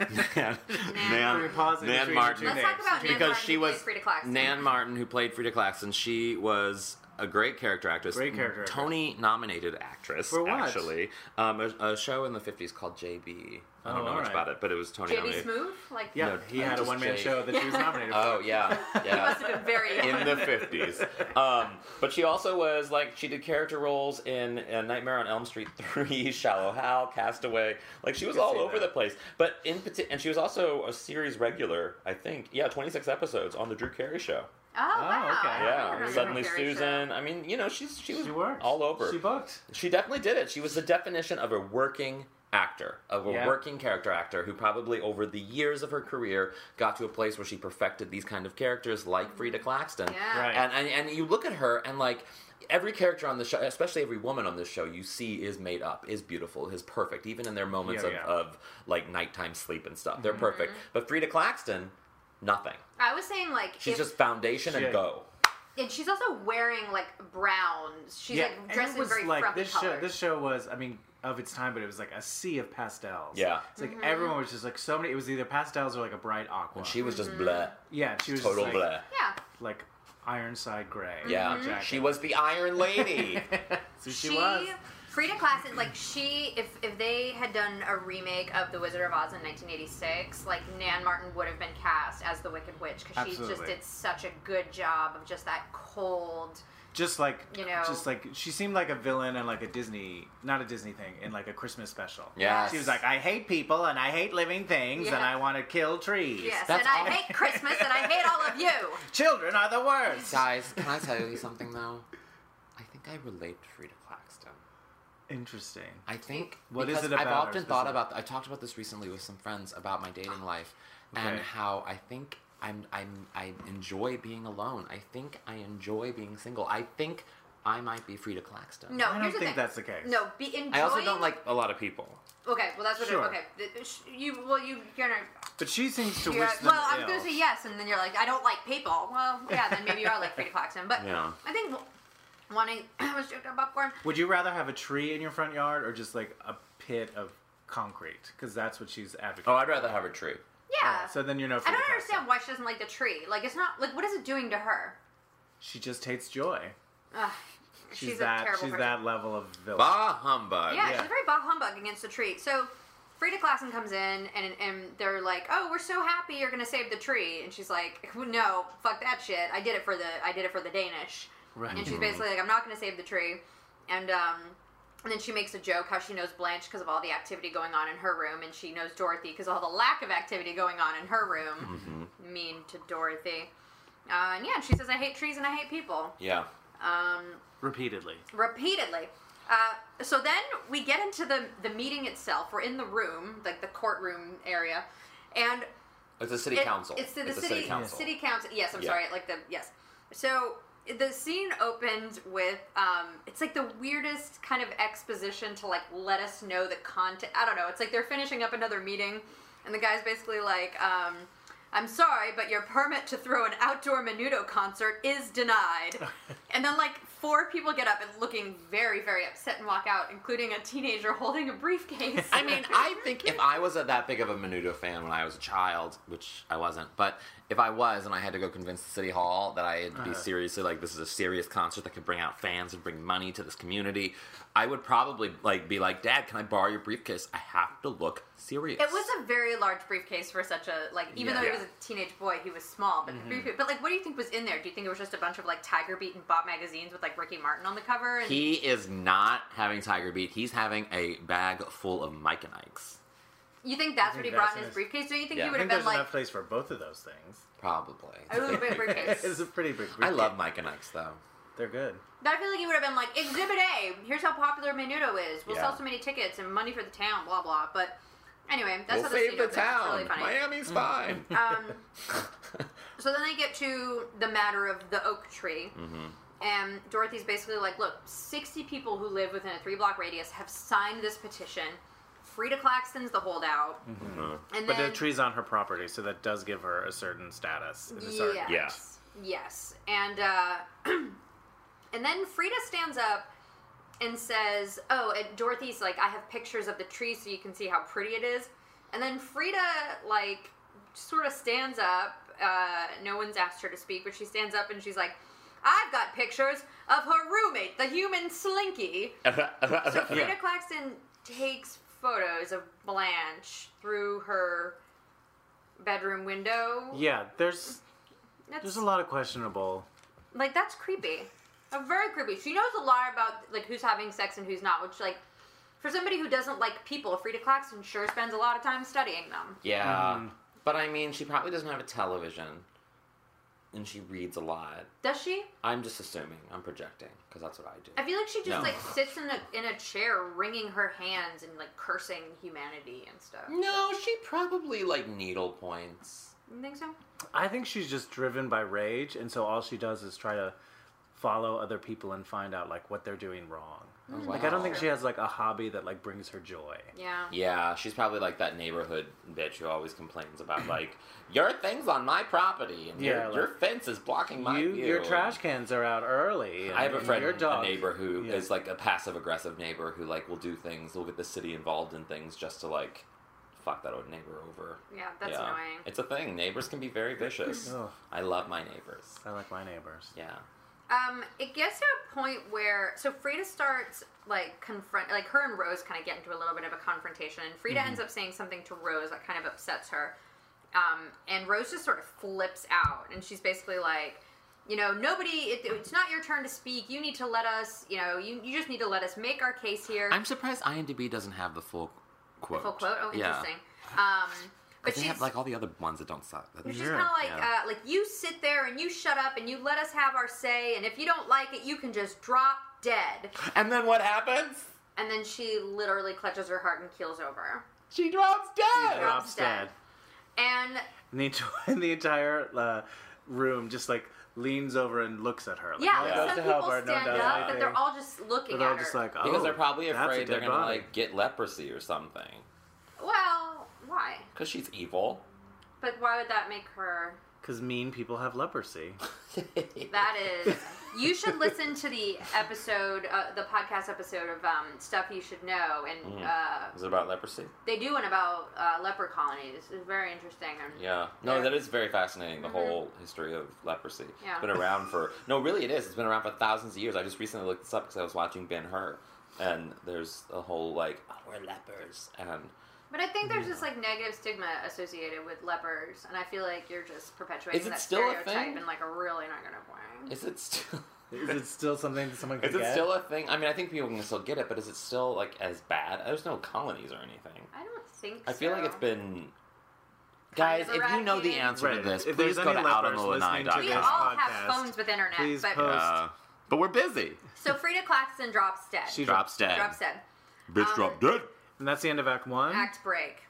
Speaker 2: *laughs* Nan,
Speaker 1: Can we pause it
Speaker 2: Nan
Speaker 1: between
Speaker 2: Martin.
Speaker 1: the two names?
Speaker 3: Let's talk about Nan
Speaker 2: Because
Speaker 3: Martin,
Speaker 2: she
Speaker 3: who played
Speaker 2: was-
Speaker 3: Frida Claxton.
Speaker 2: Nan Martin, who played Frida Claxton, she was a great character actress.
Speaker 1: Great character actress.
Speaker 2: Tony nominated actress,
Speaker 1: For what?
Speaker 2: actually. Um, a, a show in the 50s called JB. I don't
Speaker 1: Oh,
Speaker 2: know
Speaker 1: all
Speaker 2: much
Speaker 1: right.
Speaker 2: about it, but it was Tony
Speaker 3: JB
Speaker 2: nominated.
Speaker 3: Smoove, like
Speaker 1: Yeah,
Speaker 2: No,
Speaker 1: he had a
Speaker 2: just
Speaker 1: one-man
Speaker 2: Jake.
Speaker 1: show that she was nominated for.
Speaker 2: Oh, yeah.
Speaker 3: *laughs* he
Speaker 2: Yeah.
Speaker 3: must have been very Oh, young. *laughs*
Speaker 2: in the 50s. Um, but she also was like, she did character roles in uh, Nightmare on Elm Street 3, *laughs* Shallow Hal, Castaway. Like, she was
Speaker 1: can
Speaker 2: all
Speaker 1: see
Speaker 2: over
Speaker 1: that.
Speaker 2: the place. But in particular, and she was also a series regular, I think. Yeah, 26 episodes on The Drew Carey Show.
Speaker 3: oh, wow.
Speaker 1: okay.
Speaker 3: I don't
Speaker 2: Yeah,
Speaker 3: remember her
Speaker 2: suddenly
Speaker 3: from Carrie
Speaker 2: Susan.
Speaker 3: Show.
Speaker 2: I mean, you know, she's she was
Speaker 1: She worked
Speaker 2: all over.
Speaker 1: She
Speaker 2: She,
Speaker 1: booked.
Speaker 2: definitely did it. She was the definition of a working actor, of a
Speaker 1: Yeah.
Speaker 2: working character actor who probably over the years of her career got to a place where she perfected these kind of characters like Frida Claxton.
Speaker 3: Mm-hmm. Yeah.
Speaker 1: Right.
Speaker 2: And, and and you look at her and like every character on the show, especially every woman on this show, you see is made up, is beautiful, is perfect, even in their moments
Speaker 1: Yeah,
Speaker 2: of,
Speaker 1: yeah.
Speaker 2: of like nighttime sleep and stuff. They're
Speaker 3: Mm-hmm.
Speaker 2: perfect. But Frida Claxton, nothing.
Speaker 3: I was saying like
Speaker 2: She's
Speaker 3: if-
Speaker 2: just foundation
Speaker 1: She-
Speaker 2: and go.
Speaker 3: And she's also wearing like browns. She's like
Speaker 1: and
Speaker 3: dressed
Speaker 1: it was
Speaker 3: in very
Speaker 1: like
Speaker 3: frumpy
Speaker 1: this
Speaker 3: colors.
Speaker 1: show. This show was, I mean, of its time, but it was like a sea of pastels.
Speaker 2: Yeah.
Speaker 1: it's like
Speaker 3: Mm-hmm.
Speaker 1: everyone was just like so many. It was either pastels or like a bright aqua.
Speaker 2: And she was just
Speaker 3: Mm-hmm.
Speaker 2: blah.
Speaker 1: yeah, she was just,
Speaker 2: Total
Speaker 1: like,
Speaker 2: blah.
Speaker 3: yeah.
Speaker 1: like Ironside gray.
Speaker 3: Mm-hmm.
Speaker 2: Yeah.
Speaker 1: jacket. *laughs*
Speaker 2: She was the Iron Lady.
Speaker 1: So she, was.
Speaker 3: Frida Claxton, like she, if if they had done a remake of The Wizard of Oz in 1986, like Nan Martin would have been cast as the Wicked Witch because she just
Speaker 1: Absolutely.
Speaker 3: did such a good job of just that cold.
Speaker 1: Just like
Speaker 3: You know.
Speaker 1: just like she seemed like a villain in like a Disney, not a Disney thing, in like a Christmas special.
Speaker 3: uh,
Speaker 2: Yes.
Speaker 1: she was like, I hate people and I hate living things
Speaker 3: Yeah.
Speaker 1: and I want to kill trees.
Speaker 3: Yes,
Speaker 2: That's
Speaker 3: and I
Speaker 2: all-
Speaker 3: hate Christmas and I hate all of you.
Speaker 1: Children are the worst.
Speaker 2: Guys, can I tell you something though? I think I relate to Frida Claxton.
Speaker 1: Interesting.
Speaker 2: I think
Speaker 1: What is
Speaker 2: because
Speaker 1: it about
Speaker 2: I've
Speaker 1: her
Speaker 2: often thought
Speaker 1: specific-
Speaker 2: about. I talked about this recently with some friends about my dating life and
Speaker 1: Okay.
Speaker 2: how I think I'm I'm I enjoy being alone. I think I enjoy being single. I think I might be Frida Claxton.
Speaker 3: No,
Speaker 1: I don't
Speaker 3: here's the
Speaker 1: think
Speaker 3: thing.
Speaker 1: that's the case.
Speaker 3: No, be enjoying.
Speaker 2: I also don't like a lot of people.
Speaker 3: Okay, well that's what.
Speaker 1: Sure.
Speaker 3: It, okay, Th- sh- you well you you're gonna
Speaker 1: But she seems to
Speaker 3: Yeah,
Speaker 1: wish them
Speaker 3: well, I was
Speaker 1: ill.
Speaker 3: going to say yes, and then you're like, I don't like people. Well, yeah, then maybe you are like Frida Claxton. But
Speaker 2: Yeah.
Speaker 3: I think w- wanting, *clears throat* I was joking about popcorn.
Speaker 1: Would you rather have a tree in your front yard or just like a pit of concrete? Because that's what she's advocating.
Speaker 2: Oh, I'd rather have a tree.
Speaker 3: Yeah.
Speaker 1: So then you're no.
Speaker 3: I don't
Speaker 1: Frida
Speaker 3: understand
Speaker 1: Kahlo.
Speaker 3: why she doesn't like the tree. Like, it's not, like, what is it doing to her?
Speaker 1: She just hates joy.
Speaker 3: Ugh,
Speaker 1: She's,
Speaker 3: she's, a
Speaker 1: that.
Speaker 3: terrible
Speaker 1: She's
Speaker 3: person.
Speaker 1: that level of villain.
Speaker 2: Bah Ah, humbug.
Speaker 3: Yeah,
Speaker 1: yeah.
Speaker 3: she's very bah humbug against the tree. So Frida Klassen comes in, and, and they're like, oh, we're so happy you're going to save the tree. And she's like, no, fuck that shit. I did it for the, I did it for the Danish.
Speaker 1: Right.
Speaker 3: and she's basically like, "I'm not going to save the tree," and um, and then she makes a joke how she knows Blanche because of all the activity going on in her room, and she knows Dorothy because all the lack of activity going on in her room. Mean to Dorothy, uh, and yeah, she says, "I hate trees and I hate people."
Speaker 2: Yeah.
Speaker 3: Um,
Speaker 1: Repeatedly.
Speaker 3: repeatedly. Uh, so then we get into the the meeting itself. We're in the room, like the courtroom area, and
Speaker 2: It's a city
Speaker 3: it-
Speaker 2: council.
Speaker 3: It's the, the
Speaker 2: a
Speaker 3: city,
Speaker 2: city council.
Speaker 3: City council. Yes, I'm
Speaker 2: Yeah.
Speaker 3: sorry. Like the yes. So the scene opens with um, it's like the weirdest kind of exposition to like let us know the content. I don't know. It's like they're finishing up another meeting, and the guy's basically like. Um, I'm sorry, but your permit to throw an outdoor menudo concert is
Speaker 2: *laughs*
Speaker 3: denied. and then, like, four people get up and looking very, very upset and walk out, including a teenager holding a briefcase.
Speaker 2: I
Speaker 3: *laughs*
Speaker 2: mean, I think if I wasn't that big of a Menudo fan when I was a child, which I wasn't, but if I was and I had to go convince the city hall that I had to be seriously like this is a serious concert that could bring out fans and bring money to this community, I would probably like be like, "Dad, can I borrow your briefcase? I have to look serious."
Speaker 3: It was a very large briefcase for such a like. Even
Speaker 2: Yeah.
Speaker 3: though he
Speaker 2: Yeah. Mm-hmm.
Speaker 3: was a teenage boy, he was small. But the briefcase, but like, what do you think was in there? Do you think it was just a bunch of like Tiger Beat and Bop magazines with like Ricky Martin on the cover? And
Speaker 2: He is not having Tiger Beat. He's having a bag full of Mike and Ike's,
Speaker 3: you think that's what
Speaker 1: think
Speaker 3: he brought
Speaker 1: that's
Speaker 3: in his
Speaker 1: his-
Speaker 3: briefcase? Do you think
Speaker 2: Yeah.
Speaker 3: he
Speaker 1: I
Speaker 3: would have
Speaker 1: think
Speaker 3: been
Speaker 1: there's
Speaker 3: like
Speaker 1: enough place for both of those
Speaker 3: *laughs*
Speaker 1: things.
Speaker 2: probably.
Speaker 3: a little
Speaker 2: *laughs*
Speaker 1: *laughs*
Speaker 3: bit briefcase?
Speaker 1: it's a pretty big.
Speaker 2: I love Mike and Ike's though.
Speaker 1: They're good.
Speaker 3: But I feel like he would have been like Exhibit A. Here's how popular Menudo is. We'll
Speaker 2: Yeah.
Speaker 3: sell so many tickets and money for the town. Blah blah. But anyway, that's
Speaker 2: we'll
Speaker 3: how the
Speaker 2: save
Speaker 3: scene
Speaker 2: the
Speaker 3: opens. It's
Speaker 2: town.
Speaker 3: Really funny.
Speaker 2: Miami's fine.
Speaker 3: Um,
Speaker 2: *laughs*
Speaker 3: so then they get to the matter of the oak tree. And Dorothy's basically like, look, 60 people who live within a three block radius have signed this petition. Frida Claxton's the holdout.
Speaker 2: Mm-hmm.
Speaker 3: And
Speaker 1: But
Speaker 3: then,
Speaker 1: the tree's on her property, so that does give her a certain status. in this argument.
Speaker 3: Yes. Yes. And uh, *clears throat* and then Frida stands up and says, "Oh, and Dorothy's like, I have pictures of the tree so you can see how pretty it is." And then Frida like sort of stands up. Uh, no one's asked her to speak, but she stands up and she's like, "I've got pictures of her roommate, the human Slinky." So Frida
Speaker 2: Yeah.
Speaker 3: Claxton takes photos of Blanche through her bedroom window.
Speaker 1: Yeah, there's
Speaker 3: That's-
Speaker 1: there's a lot of questionable.
Speaker 3: Like that's creepy. Uh, very creepy. She knows a lot about like who's having sex and who's not, which like for somebody who doesn't like people, Frida Claxton sure spends a lot of time studying them.
Speaker 2: *laughs* Yeah. But I mean, she probably doesn't have a television. And she reads a lot.
Speaker 3: Does she?
Speaker 2: I'm just assuming. I'm projecting. Because that's what I do.
Speaker 3: I feel like she just
Speaker 2: No.
Speaker 3: like sits in a in a chair wringing her hands and like cursing humanity and stuff.
Speaker 2: no, she probably, like, needle points.
Speaker 3: You think so?
Speaker 1: I think she's just driven by rage, and so all she does is try to follow other people and find out like what they're doing wrong. Like Mm, I don't think she has like a hobby that like brings her joy.
Speaker 3: Yeah.
Speaker 2: Yeah, she's probably like that neighborhood bitch who always complains about, like, your thing's on my property. And your,
Speaker 1: Yeah, like,
Speaker 2: your fence is blocking my
Speaker 1: You,
Speaker 2: view.
Speaker 1: your trash cans are out early. and
Speaker 2: I have a friend,
Speaker 1: Your dog.
Speaker 2: a neighbor who is
Speaker 1: Yeah.
Speaker 2: like a passive aggressive neighbor who like will do things, will get the city involved in things just to like fuck that old neighbor over.
Speaker 3: Yeah, that's annoying.
Speaker 2: It's a thing. Neighbors can be very vicious.
Speaker 1: Ugh.
Speaker 2: I love my neighbors.
Speaker 1: I like my neighbors.
Speaker 2: Yeah.
Speaker 3: Um, it gets to a point where so Frida starts like confront like her and Rose kind of get into a little bit of a confrontation, and Frida
Speaker 2: Mm-hmm.
Speaker 3: ends up saying something to Rose that kind of upsets her. Um, and Rose just sort of flips out, and she's basically like, you know, nobody, it, it's not your turn to speak. You need to let us, you know, you, you just need to let us make our case here.
Speaker 2: I'm surprised IMDb doesn't have the full quote.
Speaker 3: Full quote. Oh,
Speaker 2: Yeah.
Speaker 3: interesting. Um, but
Speaker 2: But they
Speaker 3: she's
Speaker 2: have like all the other ones that don't suck.
Speaker 3: Which
Speaker 2: That's-
Speaker 3: is
Speaker 1: Yeah.
Speaker 3: kind of like,
Speaker 2: Yeah.
Speaker 3: uh, like you sit there and you shut up and you let us have our say, and if you don't like it, you can just drop dead.
Speaker 2: *laughs* And then what happens?
Speaker 3: And then she literally clutches her heart and keels over.
Speaker 2: She drops dead.
Speaker 3: drops-
Speaker 1: Rob's dead.
Speaker 3: And
Speaker 1: And the, ent- and the entire uh, room just like leans over and looks at her. Like,
Speaker 3: yeah,
Speaker 1: no one
Speaker 3: like
Speaker 1: goes
Speaker 3: some
Speaker 1: to help
Speaker 3: people
Speaker 1: her, no one
Speaker 3: stand
Speaker 1: does
Speaker 3: up, but they're
Speaker 1: anything.
Speaker 3: all just looking
Speaker 1: But they're
Speaker 3: at
Speaker 1: all
Speaker 3: her.
Speaker 1: just like, oh,
Speaker 2: because they're probably
Speaker 1: that's a
Speaker 2: afraid they're
Speaker 1: dead
Speaker 2: gonna
Speaker 1: body.
Speaker 2: like get leprosy or something.
Speaker 3: well, why?
Speaker 2: Because she's evil. *laughs*
Speaker 3: But why would that make her?
Speaker 1: Because mean people have leprosy.
Speaker 3: That
Speaker 2: *laughs*
Speaker 3: is. you should listen to the episode, uh, the podcast episode of um, stuff you should know, and
Speaker 2: Mm-hmm.
Speaker 3: uh,
Speaker 2: Is it about leprosy?
Speaker 3: they do one about uh, leper colonies. It's very interesting. And
Speaker 2: Yeah. No,
Speaker 3: Yeah. Mm-hmm.
Speaker 2: that is very fascinating, the whole history of leprosy.
Speaker 3: Yeah.
Speaker 2: It's been around for, no, really it is. It's been around for thousands of years. I just recently looked this up because I was watching Ben Hur, and there's a whole, like, oh, we're lepers. And
Speaker 3: But I think
Speaker 2: Mm-hmm.
Speaker 3: there's just like negative stigma associated with lepers, and I feel like you're just perpetuating
Speaker 2: Is it
Speaker 3: that
Speaker 2: still a
Speaker 3: stereotype
Speaker 2: thing?
Speaker 3: in like a really negative way.
Speaker 2: *laughs* is it still.
Speaker 1: Is it still something that someone could
Speaker 2: Is it
Speaker 1: get?
Speaker 2: still a thing? I mean, I think people can still get it, but is it still like as bad? There's no colonies or anything.
Speaker 3: I don't think.
Speaker 2: I feel like
Speaker 3: so.
Speaker 2: it's been. Guys,
Speaker 3: of
Speaker 2: if you know the
Speaker 3: eradicated.
Speaker 2: answer
Speaker 1: Right.
Speaker 2: to this,
Speaker 1: If
Speaker 2: please
Speaker 1: there's
Speaker 2: go to
Speaker 1: any lepers listening to
Speaker 3: We
Speaker 1: this
Speaker 3: all
Speaker 2: outonlowanai.com.
Speaker 1: podcast,
Speaker 3: have phones with internet,
Speaker 1: please
Speaker 3: but
Speaker 1: post-
Speaker 2: Uh, but we're busy.
Speaker 3: so Frida Claxton drops dead.
Speaker 1: She
Speaker 2: Drops dead.
Speaker 3: drops dead.
Speaker 2: Bitch
Speaker 3: Um,
Speaker 2: drop dead.
Speaker 1: And that's the end of Act One.
Speaker 3: Act break.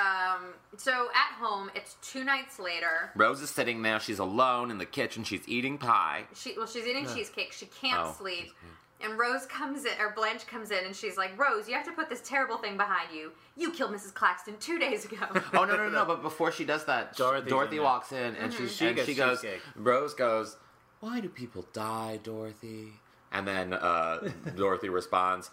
Speaker 3: Um, so at home, it's two nights later.
Speaker 2: Rose is sitting there. She's alone in the kitchen. She's eating pie.
Speaker 3: She well, she's eating cheesecake. She can't
Speaker 2: Oh.
Speaker 3: sleep. And Rose comes in, or Blanche comes in, and she's like, "Rose, you have to put this terrible thing behind you. You killed Mrs. Claxton two days ago."
Speaker 2: *laughs* Oh
Speaker 1: *laughs*
Speaker 2: no no no! But before she does that, she-
Speaker 1: Dorothy's
Speaker 2: Dorothy
Speaker 1: in there.
Speaker 2: walks in and
Speaker 3: Mm-hmm.
Speaker 2: she
Speaker 1: She
Speaker 2: and
Speaker 1: gets
Speaker 2: she goes.
Speaker 1: cheesecake.
Speaker 2: Rose goes. Why do people die, Dorothy? And
Speaker 1: *laughs*
Speaker 2: then uh, Dorothy responds,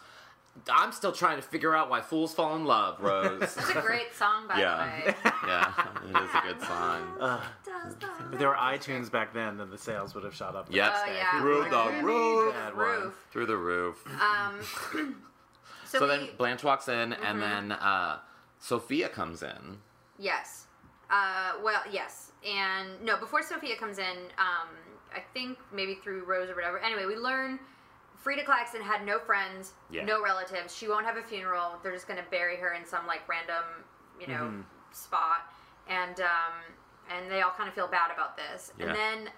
Speaker 2: "I'm still trying to figure out why fools fall in love, Rose."
Speaker 3: It's a great song, by
Speaker 2: Yeah.
Speaker 3: the way.
Speaker 2: *laughs* yeah, it is a good song.
Speaker 3: Does the
Speaker 1: If there were iTunes back then, then the sales would have shot up.
Speaker 2: Yep.
Speaker 3: Oh, yeah.
Speaker 2: Through the
Speaker 3: Roof.
Speaker 2: roof.
Speaker 1: Bad one.
Speaker 3: roof?
Speaker 2: Through the roof.
Speaker 3: Um, *clears throat* so,
Speaker 2: so
Speaker 3: we, Mm-hmm.
Speaker 2: then Blanche walks in, and then uh, Sophia comes in.
Speaker 3: yes, uh, well, yes, and no. Before Sophia comes in, um, I think maybe through Rose or whatever. Anyway, we learn Frida Claxton had no friends,
Speaker 2: Yeah.
Speaker 3: no relatives. She won't have a funeral. They're just gonna bury her in some like random, you know,
Speaker 1: Mm-hmm.
Speaker 3: spot, and um, and they all kind of feel bad about this.
Speaker 2: Yeah.
Speaker 3: And then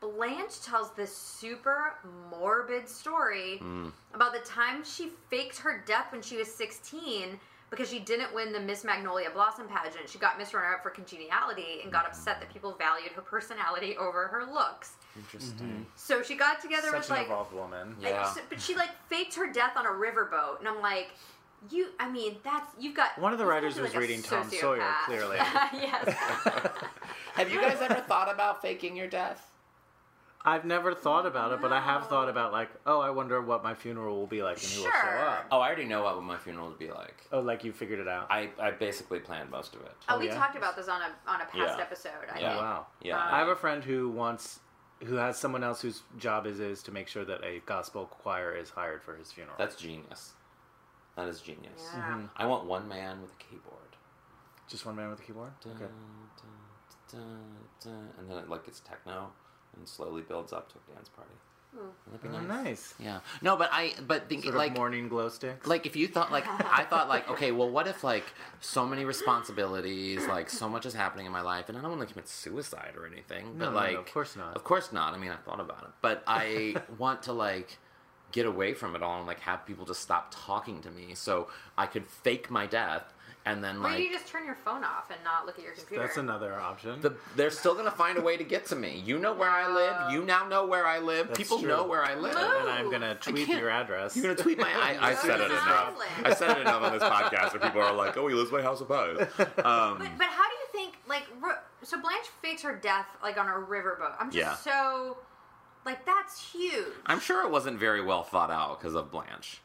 Speaker 3: Blanche tells this super morbid story
Speaker 1: Mm.
Speaker 3: about the time she faked her death when she was 16 because she didn't win the Miss Magnolia Blossom pageant. She got Miss Runner Up for congeniality and
Speaker 1: Mm-hmm.
Speaker 3: got upset that people valued her personality over her looks.
Speaker 2: Interesting.
Speaker 3: So she got together
Speaker 1: Such
Speaker 3: with
Speaker 1: an
Speaker 3: like
Speaker 1: evolved woman.
Speaker 3: I-
Speaker 2: Yeah.
Speaker 3: so- but she like faked her death on a riverboat, and I'm like, you. I mean, that's you've got.
Speaker 1: One of the
Speaker 3: you
Speaker 1: writers
Speaker 3: sound
Speaker 1: was
Speaker 3: like a
Speaker 1: reading Tom Sawyer,
Speaker 3: *laughs* sociopath.
Speaker 1: clearly. *laughs*
Speaker 3: yes.
Speaker 2: *laughs*
Speaker 3: Uh,
Speaker 2: Have you guys ever thought about faking your death?
Speaker 1: I've never thought about it, but I have
Speaker 3: No.
Speaker 1: thought about like, oh, I wonder what my funeral will be like, and who will show
Speaker 3: Sure.
Speaker 1: up.
Speaker 2: Oh, I already know what my funeral would be like.
Speaker 1: Oh, like you figured it out.
Speaker 2: I, I basically planned most of it.
Speaker 3: Oh, we
Speaker 1: yeah?
Speaker 3: talked about this on a on a past
Speaker 2: Yeah.
Speaker 3: episode. I
Speaker 1: oh,
Speaker 2: Yeah.
Speaker 3: think.
Speaker 1: wow.
Speaker 2: Yeah.
Speaker 1: I have a friend who wants, who has someone else whose job is is to make sure that a gospel choir is hired for his funeral.
Speaker 2: That's genius. That is genius.
Speaker 3: Yeah.
Speaker 1: Mm-hmm.
Speaker 2: I want one man with a keyboard.
Speaker 1: Just one man with a keyboard.
Speaker 2: Dun,
Speaker 1: Okay.
Speaker 2: dun, dun, dun. And then it like it's techno and slowly builds up to a dance party.
Speaker 3: Ooh.
Speaker 2: That'd be
Speaker 1: Oh,
Speaker 2: nice.
Speaker 1: nice.
Speaker 2: Yeah. No, but I but think
Speaker 1: Sort of
Speaker 2: like
Speaker 1: morning glow sticks.
Speaker 2: like if you
Speaker 3: *laughs*
Speaker 2: thought like I thought like okay, well what if like so many responsibilities, like so much is happening in my life and I don't want to commit suicide or anything,
Speaker 1: No,
Speaker 2: but
Speaker 1: no, no,
Speaker 2: like
Speaker 1: of course not.
Speaker 2: Of course not. I mean, I thought about it, but
Speaker 3: *laughs*
Speaker 2: I want to like get away from it all and like have people just stop talking to me so I could fake my death and then
Speaker 3: Or
Speaker 2: like
Speaker 3: you just turn your phone off and not look at your computer.
Speaker 1: That's another option.
Speaker 2: the, they're still gonna find a way to get to me. You know where I live. You now know where I live.
Speaker 1: That's
Speaker 2: people
Speaker 1: true.
Speaker 2: know where I live.
Speaker 3: Move.
Speaker 1: and I'm gonna tweet
Speaker 2: can't-
Speaker 1: your address. *laughs*
Speaker 2: You're gonna tweet my. I,
Speaker 3: *laughs*
Speaker 2: I
Speaker 3: Go
Speaker 2: said
Speaker 3: to
Speaker 2: it
Speaker 3: the
Speaker 2: enough.
Speaker 3: island.
Speaker 2: I said it
Speaker 3: *laughs*
Speaker 2: enough on this podcast where people are like, "Oh, he lives by House of Pies." Um,
Speaker 3: But, but how do you think like Ro- so Blanche faked her death like on a riverboat? I'm just
Speaker 2: Yeah.
Speaker 3: so like that's huge.
Speaker 2: I'm sure it wasn't very well thought out because of Blanche.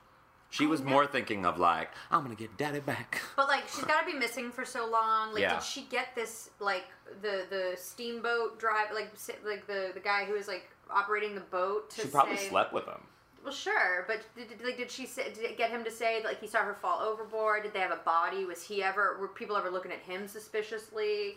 Speaker 2: She was
Speaker 3: know.
Speaker 2: more thinking of like, "I'm gonna get
Speaker 3: *laughs*
Speaker 2: Daddy back."
Speaker 3: But like she's got to be missing for so long. Like
Speaker 2: Yeah.
Speaker 3: did she get this like the the steamboat drive like si- like the the guy who was like operating the boat to
Speaker 2: She probably
Speaker 3: say-
Speaker 2: slept with him.
Speaker 3: Well, sure, but did, did- like did she say, did it get him to say like he saw her fall overboard? Did they have a body? Was he ever were people ever looking at him suspiciously?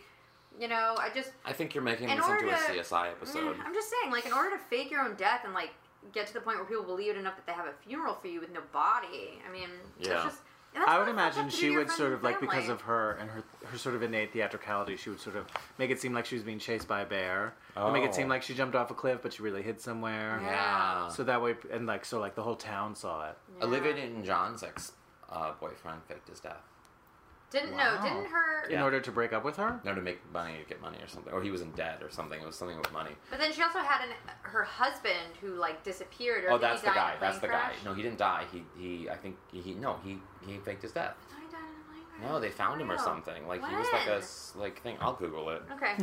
Speaker 3: You know, I just
Speaker 2: I think you're making
Speaker 3: In
Speaker 2: this into
Speaker 3: order
Speaker 2: a
Speaker 3: to- Mm,
Speaker 2: CSI episode.
Speaker 3: I'm just saying, like, in order to fake your own death and like get to the point where people believe it enough that they have a funeral for you with no body. I mean,
Speaker 2: Yeah.
Speaker 3: It's just, and that's
Speaker 1: I would
Speaker 3: what it's like
Speaker 1: imagine
Speaker 3: to do
Speaker 1: she
Speaker 3: to your
Speaker 1: would
Speaker 3: friends
Speaker 1: sort
Speaker 3: and
Speaker 1: of like because
Speaker 3: family.
Speaker 1: of her and her her sort of innate theatricality, she would sort of make it seem like she was being chased by a bear, and make
Speaker 2: Oh.
Speaker 1: it seem like she jumped off a cliff, but she really hid somewhere.
Speaker 3: Yeah.
Speaker 2: yeah.
Speaker 1: So that way, and like so, like the whole town saw it.
Speaker 3: Yeah.
Speaker 2: Olivia Newton John's ex uh, boyfriend faked his death.
Speaker 3: Didn't
Speaker 1: Wow.
Speaker 3: know. Didn't her?
Speaker 1: In
Speaker 2: Yeah.
Speaker 1: order to break up with her,
Speaker 2: No, to make money, to get money or something. Or he was in debt or something. It was something with money.
Speaker 3: But then she also had an her husband who like disappeared. Or
Speaker 2: oh,
Speaker 3: did he
Speaker 2: that's the
Speaker 3: die in a
Speaker 2: guy. That's
Speaker 3: plane
Speaker 2: the guy.
Speaker 3: crash?
Speaker 2: No, he didn't die. He, he. I think he. No, he. He faked his death.
Speaker 3: I thought Oh, he died in a plane crash.
Speaker 2: No, they found him or
Speaker 3: Wow.
Speaker 2: something. Like he was like a
Speaker 3: Oh, When?
Speaker 2: s- like thing. I'll Google it.
Speaker 3: Okay.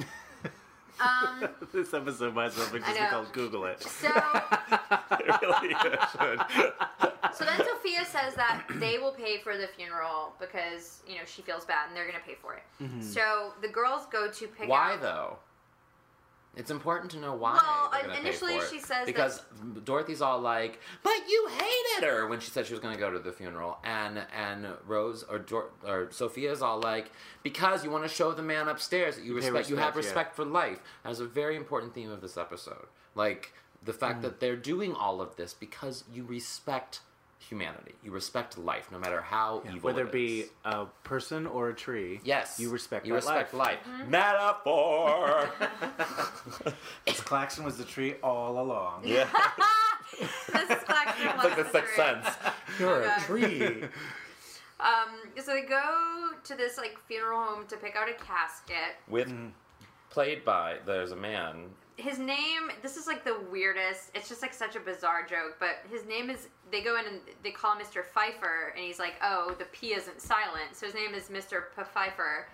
Speaker 3: Um.
Speaker 1: *laughs* this episode might as well be
Speaker 3: I
Speaker 1: just be
Speaker 3: know.
Speaker 1: called Google it. *laughs*
Speaker 3: So,
Speaker 2: It really should.
Speaker 3: so then Sophia says that they will pay for the funeral because you know she feels bad and they're gonna pay for it. So the girls go to pick
Speaker 2: Why
Speaker 3: out.
Speaker 2: though? It's important to know why.
Speaker 3: Well,
Speaker 2: they're gonna pay
Speaker 3: initially
Speaker 2: for it.
Speaker 3: she says that-
Speaker 2: because Dorothy's all like, "But you hated her" when she said she was going to go to the funeral, and and Rose or Dor- or Sophia's all like, "Because you want to show the man upstairs that you
Speaker 1: pay
Speaker 2: respect, you have
Speaker 1: respect, yeah.
Speaker 2: respect for life." That is a very important theme of this episode. Like the
Speaker 1: Mm.
Speaker 2: fact that they're doing all of this because you respect humanity, you respect life, no matter how evil.
Speaker 1: Whether
Speaker 2: it
Speaker 1: it be
Speaker 2: is.
Speaker 1: a person or a tree,
Speaker 2: yes,
Speaker 1: you respect
Speaker 2: you
Speaker 1: that
Speaker 2: respect
Speaker 1: life. *laughs*
Speaker 2: life. Metaphor.
Speaker 1: Claxton was the tree all along.
Speaker 2: yeah,
Speaker 3: *laughs* this is
Speaker 2: *laughs*
Speaker 3: Claxton
Speaker 2: it's like the sixth sense. You're a
Speaker 3: Yeah. *laughs*
Speaker 2: tree.
Speaker 3: Um, so they go to this like funeral home to pick out a casket.
Speaker 2: With
Speaker 1: Mm.
Speaker 2: played by there's a man.
Speaker 3: His name. This is like the weirdest. It's just like such a bizarre joke. But his name is. They go in and they call Mr. Pfeiffer, and he's like, "Oh, the P isn't silent." So his name is Mr. P-
Speaker 2: *laughs*
Speaker 3: Pfeiffer,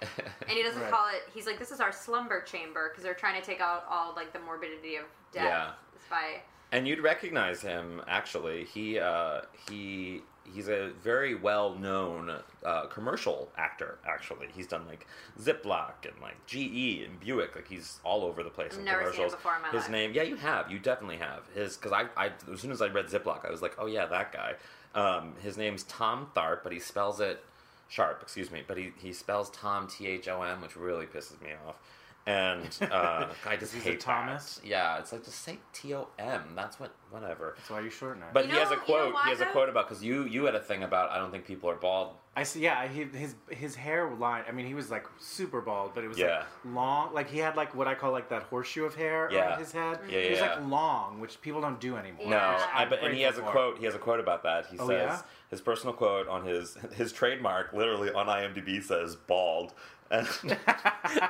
Speaker 3: and he doesn't
Speaker 1: Right.
Speaker 3: call it. He's like, "This is our slumber chamber," because they're trying to take out all like the morbidity of death
Speaker 2: Yeah.
Speaker 3: by
Speaker 2: And you'd recognize him. Actually, he uh, he he's a very well known uh, commercial actor. Actually, he's done like Ziploc and like GE and Buick. Like he's all over the place
Speaker 3: I've
Speaker 2: in
Speaker 3: never seen him
Speaker 2: commercials.
Speaker 3: before in my
Speaker 2: His
Speaker 3: life.
Speaker 2: name, yeah, you have. You definitely have his. Because I, I as soon as I read Ziploc, I was like, oh yeah, that guy. Um, his name's Tom Tharp, but he spells it Sharp. Excuse me, but he he spells Tom T H O M, which really pisses me off. And uh, *laughs* I just
Speaker 1: He's a
Speaker 2: hate that.
Speaker 1: Thomas?
Speaker 2: Yeah, it's like just say T O M. That's what, whatever.
Speaker 1: That's why you shorten it.
Speaker 2: But
Speaker 3: You
Speaker 2: he has
Speaker 3: know- you
Speaker 2: a
Speaker 3: know
Speaker 2: quote.
Speaker 3: why,
Speaker 2: he has a
Speaker 3: though?
Speaker 2: quote about because you you had a thing about I don't think people are bald.
Speaker 1: I see. Yeah, he, his his hair line. I mean, he was like super bald, but it was
Speaker 2: Yeah.
Speaker 1: like long. Like he had like what I call like that horseshoe of hair
Speaker 2: Yeah.
Speaker 1: around his head.
Speaker 2: Yeah,
Speaker 1: It was
Speaker 2: yeah.
Speaker 1: like long, which people don't do anymore.
Speaker 2: No,
Speaker 3: Yeah.
Speaker 2: I, but and he has a
Speaker 1: Grateful for.
Speaker 2: quote. He has a quote about that. He
Speaker 1: Oh,
Speaker 2: says
Speaker 1: yeah?
Speaker 2: his personal quote on his *laughs* his trademark literally on IMDb says bald, *laughs* and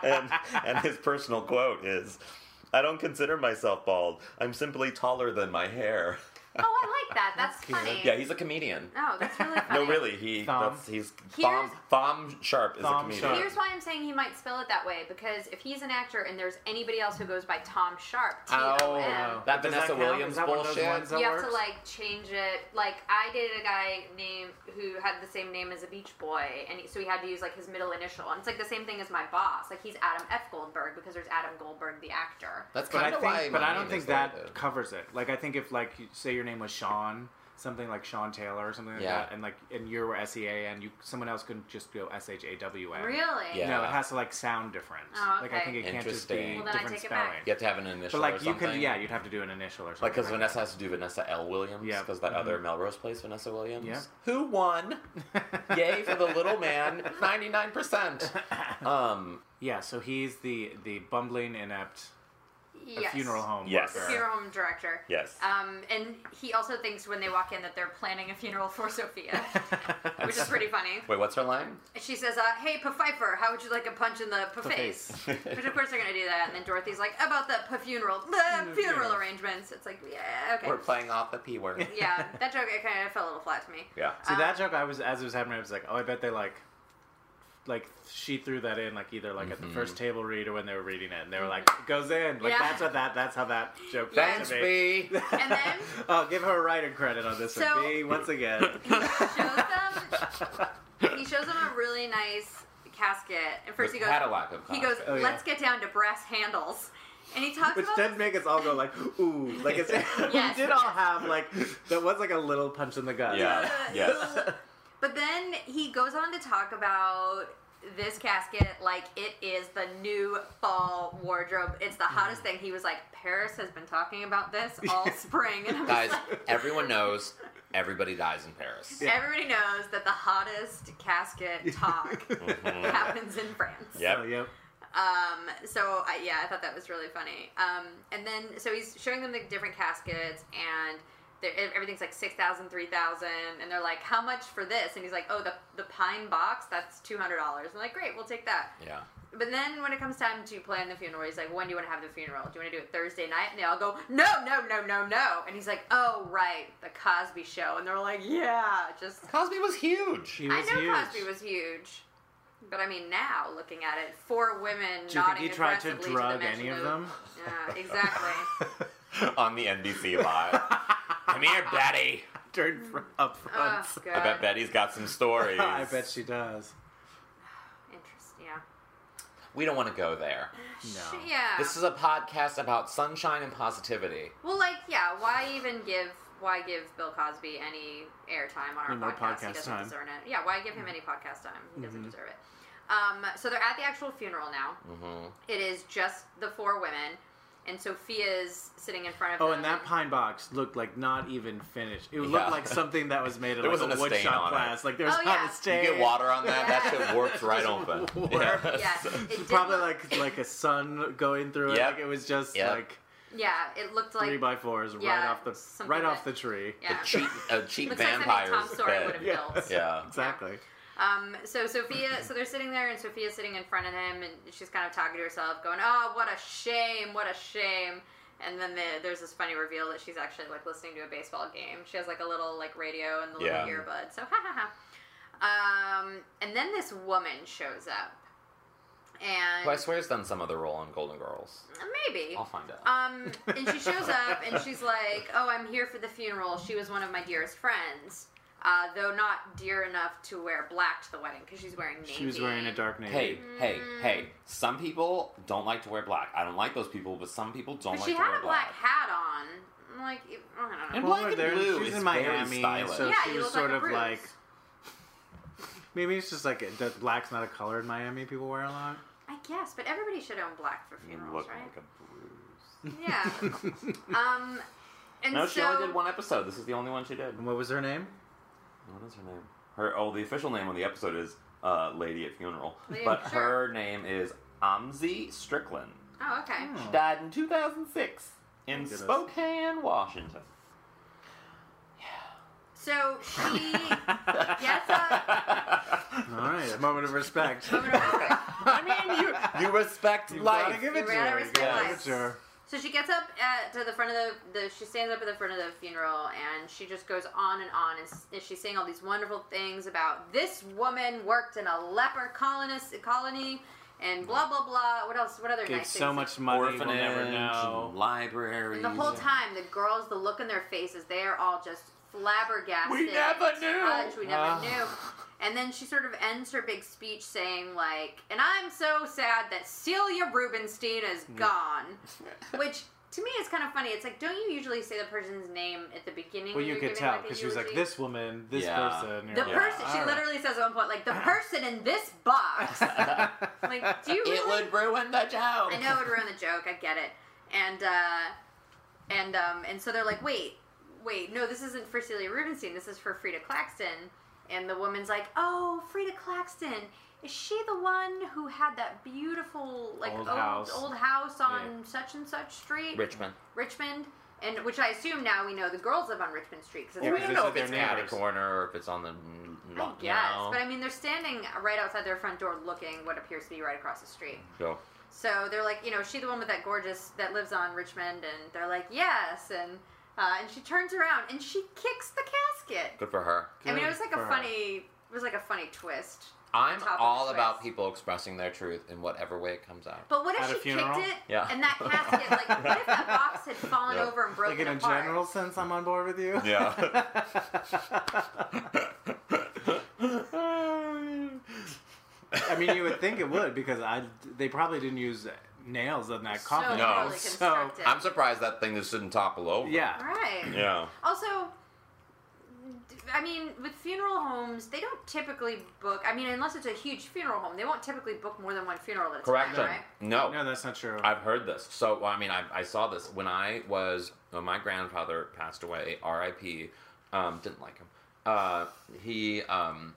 Speaker 2: and, and his personal quote is, I don't consider myself bald. I'm simply taller than my hair. *laughs*
Speaker 3: Oh, I like that. That's,
Speaker 1: cute.
Speaker 3: funny.
Speaker 2: Yeah, he's a comedian.
Speaker 3: Oh, that's really funny.
Speaker 2: *laughs* No, really, he
Speaker 1: Thom.
Speaker 2: that's he's Thom,
Speaker 3: Here's-
Speaker 2: Thom Sharp is a
Speaker 1: Thom
Speaker 2: comedian.
Speaker 1: Sharp.
Speaker 3: Here's why I'm saying he might spell it that way because if he's an actor and there's anybody else who goes by Tom Sharp, T
Speaker 2: Oh,
Speaker 3: O M,
Speaker 1: Does
Speaker 2: that
Speaker 1: that
Speaker 2: Vanessa
Speaker 1: count?
Speaker 2: Williams
Speaker 1: Is that one of those
Speaker 2: bullshit.
Speaker 1: ones that
Speaker 3: you have to
Speaker 1: works?
Speaker 3: like change it. Like I dated a guy named who had the same name as a Beach Boy, and he, so he had to use like his middle initial, and it's like the same thing as my boss. Like he's Adam F Goldberg because there's Adam Goldberg the actor.
Speaker 2: That's
Speaker 1: But I
Speaker 2: kind of why.
Speaker 1: think, but
Speaker 2: my
Speaker 1: I don't
Speaker 2: name
Speaker 1: think
Speaker 2: is the way
Speaker 1: that
Speaker 2: it is.
Speaker 1: covers it. Like I think if like you- say your name was Sean, something like Sean Taylor or something like
Speaker 2: Yeah.
Speaker 1: that, and like and you were S E A N, you someone else couldn't just go S H A W N.
Speaker 3: Really?
Speaker 2: Yeah.
Speaker 1: No, it has to like sound different.
Speaker 3: Oh,
Speaker 1: Like I
Speaker 3: okay.
Speaker 1: think it can't just be
Speaker 2: Interesting. Well,
Speaker 3: then I
Speaker 1: different
Speaker 3: take it back.
Speaker 1: spelling.
Speaker 2: You have to have an initial.
Speaker 1: But
Speaker 2: or
Speaker 1: like you
Speaker 2: something.
Speaker 1: could, yeah, you'd have to do an initial or something.
Speaker 2: Like, because
Speaker 1: like *laughs*
Speaker 2: Vanessa has to do Vanessa L. Williams.
Speaker 1: Yeah. Mm-hmm.
Speaker 2: Because that other Melrose Place Vanessa Williams.
Speaker 1: Yeah. *laughs*
Speaker 2: Who won? Yay for the little man.
Speaker 1: *laughs*
Speaker 2: 99%. Um,
Speaker 1: Yeah, so he's the the bumbling inept uh,
Speaker 3: Yes.
Speaker 1: funeral home
Speaker 2: Yes.
Speaker 1: worker. *laughs*
Speaker 3: Funeral home director.
Speaker 2: yes.
Speaker 3: Um, and he also thinks when they walk in that they're planning a funeral
Speaker 1: *laughs*
Speaker 3: for Sophia, which is pretty funny.
Speaker 2: Wait, what's her line?
Speaker 3: She says, uh, "Hey, Pfeiffer, how would you like a punch in the face?" Which of course they're gonna do that. And then Dorothy's like, "About the p- funeral, the funeral
Speaker 1: funeral.
Speaker 3: arrangements." It's like, yeah, okay,
Speaker 2: We're playing off the P word.
Speaker 3: yeah. That joke it kind of fell a little flat to me.
Speaker 2: Yeah.
Speaker 1: *laughs* See that joke? I was as it was happening, I was like, oh, I bet they like, like she threw that in like either like at the first
Speaker 2: Mm-hmm.
Speaker 1: table read or when they were reading it, and they were like, it goes in. Like
Speaker 3: Mm-hmm. Yeah.
Speaker 1: that's what that that's how that joke.
Speaker 3: Yeah.
Speaker 1: came
Speaker 2: Thanks,
Speaker 1: to me.
Speaker 2: B.
Speaker 3: *laughs*
Speaker 1: *laughs*
Speaker 3: And then
Speaker 1: oh, give her a writing credit on this
Speaker 3: So-
Speaker 1: one, B. Once again,
Speaker 3: *laughs*
Speaker 2: *laughs*
Speaker 1: *laughs*
Speaker 3: shows them, he shows them a really nice casket. And first
Speaker 2: The
Speaker 3: he goes,
Speaker 2: Cadillac of
Speaker 3: he goes,
Speaker 2: caskets.
Speaker 1: Oh, yeah.
Speaker 3: "Let's get down to brass handles," and he talks
Speaker 1: which
Speaker 3: about
Speaker 1: did make us all go like, ooh, like
Speaker 3: *laughs*
Speaker 1: it's
Speaker 3: Uh-huh.
Speaker 1: *laughs*
Speaker 3: Yes.
Speaker 1: we did all have like that was like a little punch in the gut.
Speaker 2: Yeah.
Speaker 3: *laughs*
Speaker 2: Yes.
Speaker 3: But then he goes on to talk about this casket like it is the new fall wardrobe. It's the hottest
Speaker 1: Mm.
Speaker 3: thing. He was like, Paris has been talking
Speaker 1: *laughs*
Speaker 3: about this all spring. And I'm
Speaker 2: Guys,
Speaker 3: just
Speaker 2: everyone knows everybody dies in Paris.
Speaker 1: Yeah.
Speaker 3: like, everybody knows that the hottest
Speaker 1: *laughs*
Speaker 3: casket talk happens in France.
Speaker 2: Mm-hmm. Yep.
Speaker 1: Mm-hmm. So, yep.
Speaker 3: Um, so I, yeah, I thought that was really funny. Um, and then so he's showing them the different caskets and they're- ev- everything's like 6,000, 3,000 and they're like, how much for this? And he's like, oh, the, the pine box, that's $200. I'm like, great, we'll take that.
Speaker 2: Yeah.
Speaker 3: But then when it comes time to plan the funeral, he's like, when do you want to have the funeral? Do you want to do it Thursday night? And they all go, no, no, no, no, no. And he's like, oh, right, the Cosby show. And they're like, yeah, just.
Speaker 2: Cosby was huge.
Speaker 1: He
Speaker 3: I
Speaker 1: was
Speaker 3: know
Speaker 1: huge.
Speaker 3: Cosby was huge. But I mean, now looking at it, four women
Speaker 1: Do you think
Speaker 3: nodding
Speaker 1: he tried to
Speaker 3: aggressively
Speaker 1: drug
Speaker 3: the mention
Speaker 1: any of
Speaker 3: of
Speaker 1: them? *laughs*
Speaker 3: Yeah, exactly.
Speaker 2: *laughs* on the NBC live. Come here, Betty.
Speaker 1: Turned fr- up
Speaker 3: oh,
Speaker 1: front.
Speaker 3: God.
Speaker 2: I bet Betty's got some *laughs*
Speaker 1: *laughs*
Speaker 2: stories.
Speaker 1: I bet she does.
Speaker 3: Interesting. Yeah.
Speaker 2: We don't want to go there.
Speaker 1: No.
Speaker 3: Sh- Yeah.
Speaker 2: This is a podcast about sunshine and positivity.
Speaker 3: well, like, yeah. Why even give? Why give Bill Cosby any airtime on our
Speaker 1: Any more
Speaker 3: podcast? He
Speaker 1: podcast
Speaker 3: doesn't
Speaker 1: time. Mm-hmm.
Speaker 3: deserve it. Yeah. Why give him any podcast time? He doesn't deserve it. Um, so they're at the actual funeral now.
Speaker 2: Mm-hmm.
Speaker 3: It is just the four women. and Sophia's sitting in front of
Speaker 1: Oh,
Speaker 3: them.
Speaker 1: and that pine box looked like not even finished. It looked
Speaker 2: Yeah.
Speaker 1: like something that was
Speaker 2: *laughs*
Speaker 1: made of like
Speaker 2: There wasn't
Speaker 1: a
Speaker 2: a stain
Speaker 1: woodshop
Speaker 2: on it.
Speaker 1: class. Like there was
Speaker 3: Oh,
Speaker 1: not
Speaker 3: yeah.
Speaker 1: a
Speaker 3: You
Speaker 1: stain.
Speaker 2: You get water on that, that
Speaker 3: Yeah.
Speaker 1: *laughs*
Speaker 2: shit warps *laughs* right open.
Speaker 1: warp.
Speaker 2: Yeah.
Speaker 3: Yeah, it did
Speaker 1: Probably
Speaker 3: look-
Speaker 1: like like a sun going through
Speaker 2: Yep.
Speaker 1: it. Like it was just
Speaker 2: Yep.
Speaker 1: like
Speaker 3: yeah, it looked like
Speaker 1: three by fours right
Speaker 3: yeah,
Speaker 1: off the
Speaker 3: something
Speaker 1: right off the
Speaker 3: that-
Speaker 1: tree.
Speaker 3: yeah,
Speaker 2: A cheap, a cheap
Speaker 3: looks like something Tom
Speaker 2: vampire's
Speaker 1: *laughs*
Speaker 3: Sawyer would have
Speaker 2: bed.
Speaker 1: Yeah.
Speaker 3: built.
Speaker 2: Yeah.
Speaker 1: Exactly.
Speaker 3: Um, so Sophia, so they're sitting there, and Sophia's sitting in front of him, and she's kind of talking to herself, going, "Oh, what a shame! What a shame!" And then the, there's this funny reveal that she's actually like listening to a baseball game. She has like a little like radio and the little
Speaker 2: Yeah.
Speaker 3: earbud. So *laughs* ha ha ha. Um, and then this woman shows up, and
Speaker 2: Who I swear has done some other role on Golden Girls.
Speaker 3: maybe
Speaker 2: I'll find out.
Speaker 3: um, and she shows up and she's like, "Oh, I'm here for the funeral. She was one of my dearest friends, uh, though not dear enough to wear black to the wedding because she's wearing navy."
Speaker 1: She was wearing a dark navy.
Speaker 2: hey, hey,
Speaker 3: hmm.
Speaker 2: hey. Some people don't like to wear black. I don't like those people, but some people don't
Speaker 3: But
Speaker 2: like
Speaker 3: she
Speaker 2: to
Speaker 3: had
Speaker 2: wear
Speaker 3: a black hat on. I'm Like, it- I don't
Speaker 2: And
Speaker 3: know.
Speaker 1: Well,
Speaker 2: black and
Speaker 1: there-
Speaker 2: blue
Speaker 1: she's
Speaker 2: is
Speaker 1: in
Speaker 2: very
Speaker 1: Miami,
Speaker 2: stylish.
Speaker 1: so
Speaker 3: yeah,
Speaker 1: she
Speaker 3: you
Speaker 1: was
Speaker 3: look
Speaker 1: sort
Speaker 3: like a
Speaker 1: of
Speaker 3: Bruce.
Speaker 1: like maybe it's just like it, that black's not a color in Miami. People wear a lot.
Speaker 3: I guess, but everybody should own black
Speaker 1: Mm,
Speaker 3: for
Speaker 2: You
Speaker 3: funerals,
Speaker 2: look
Speaker 3: right?
Speaker 2: like a bruise.
Speaker 3: yeah. Um, and
Speaker 2: No,
Speaker 3: so
Speaker 2: she only did one episode. This is the only one she
Speaker 1: *laughs*
Speaker 2: did.
Speaker 1: And what was her name?
Speaker 2: What is her name? Her oh, the official name on the episode is uh, Lady at Funeral,
Speaker 3: Lady-
Speaker 2: but
Speaker 3: sure.
Speaker 2: her name is Amzi Strickland.
Speaker 3: Oh, okay.
Speaker 1: Hmm.
Speaker 2: Died in 2006 in
Speaker 1: Look at us.
Speaker 2: Spokane, Washington.
Speaker 3: So she
Speaker 2: *laughs*
Speaker 3: gets up. uh,
Speaker 1: All right,
Speaker 3: *laughs*
Speaker 1: a moment of respect.
Speaker 3: I'm gonna-
Speaker 2: I mean, you you respect
Speaker 1: You gotta
Speaker 2: life.
Speaker 1: give it
Speaker 3: You
Speaker 1: to
Speaker 3: gotta
Speaker 1: her. You
Speaker 3: respect
Speaker 1: gotta give
Speaker 3: life.
Speaker 1: it to her.
Speaker 3: So she gets up at, to the front of the, the. She stands up at the front of the funeral and she just goes on and on. And, s- and she's saying all these wonderful things about this woman worked in a leper colonist colony and blah, blah, blah. What else? What other
Speaker 1: Gave
Speaker 3: nice
Speaker 1: so
Speaker 3: things?
Speaker 1: much *laughs* money.
Speaker 2: Orphanage,
Speaker 1: we'll never know.
Speaker 2: and libraries.
Speaker 3: And the whole time, the girls, the look in their faces, they are all just flabbergasted.
Speaker 2: We never knew.
Speaker 3: touched, we never
Speaker 1: Ah.
Speaker 3: knew. And then she sort of ends her big speech saying, like, and I'm so sad that Celia Rubenstein is
Speaker 1: Mm.
Speaker 3: gone. Which, to me, is kind of funny. It's like, don't you usually say the person's name at the beginning?
Speaker 1: Well,
Speaker 3: when
Speaker 1: you
Speaker 3: you're
Speaker 1: could
Speaker 3: giving,
Speaker 1: tell
Speaker 3: a
Speaker 1: because she was like,
Speaker 3: eulogy?
Speaker 1: "This woman, this
Speaker 2: Yeah.
Speaker 1: person."
Speaker 3: The
Speaker 1: You're like,
Speaker 3: person, she
Speaker 1: "All right."
Speaker 3: literally says at one
Speaker 1: *laughs*
Speaker 3: point, like, the person in this *laughs* box. I'm like, do you really?
Speaker 2: it would ruin the joke.
Speaker 3: I know it would ruin the joke. I get it. And uh, and um, and so they're like, wait, wait, no, this isn't for Celia Rubenstein. This is for Frida Claxton. And the woman's like, oh, Frida Claxton. Is she the one who had that beautiful like
Speaker 1: Old
Speaker 3: old,
Speaker 1: house.
Speaker 3: old house on such and such street,
Speaker 2: Richmond.
Speaker 3: Richmond? And which I assume now we know the girls live on Richmond Street because it's
Speaker 1: Yeah,
Speaker 2: we
Speaker 1: because
Speaker 2: don't
Speaker 1: this
Speaker 2: know
Speaker 1: is
Speaker 2: if
Speaker 1: their
Speaker 2: it's catty
Speaker 1: neighbors.
Speaker 2: corner or if it's on the.
Speaker 3: I guess, but I mean, they're standing right outside their front door, looking what appears to be right across the street.
Speaker 2: Go.
Speaker 3: So they're like, you know, she the one with that gorgeous that lives on Richmond, and they're like, yes, and uh, and she turns around and she kicks the casket.
Speaker 2: Good for her.
Speaker 3: I mean, it was
Speaker 1: Good
Speaker 3: like a
Speaker 1: for her.
Speaker 3: funny, it was like a funny twist.
Speaker 2: I'm
Speaker 3: top of
Speaker 2: all
Speaker 3: the
Speaker 2: about
Speaker 3: twist.
Speaker 2: people expressing their truth in whatever way it comes out.
Speaker 3: But what if
Speaker 1: At a
Speaker 3: she
Speaker 1: funeral?
Speaker 3: kicked it
Speaker 2: Yeah.
Speaker 3: and that
Speaker 1: *laughs*
Speaker 3: casket, like, what if that box had fallen
Speaker 2: Yeah.
Speaker 3: over and broken
Speaker 1: Like in a
Speaker 3: apart?
Speaker 1: general sense, I'm on board with you. *laughs* *laughs*
Speaker 3: *laughs*
Speaker 1: I mean, you would think it would because I they probably didn't use nails on that
Speaker 3: So
Speaker 1: coffin.
Speaker 2: No.
Speaker 3: poorly
Speaker 1: So
Speaker 3: constructed.
Speaker 2: *laughs* I'm surprised that thing just didn't topple over.
Speaker 1: yeah,
Speaker 3: right.
Speaker 2: Yeah.
Speaker 3: Also, d- I mean, with funeral homes, they don't typically book. I mean, unless it's a huge funeral home, they won't typically book more than one funeral at a time,
Speaker 2: Correction.
Speaker 3: right?
Speaker 2: No.
Speaker 1: no, that's not true. *laughs*
Speaker 2: I've heard this. So, well, I mean, I, I saw this when I was, when my grandfather passed away, RIP, um, didn't like him. Uh, he, um,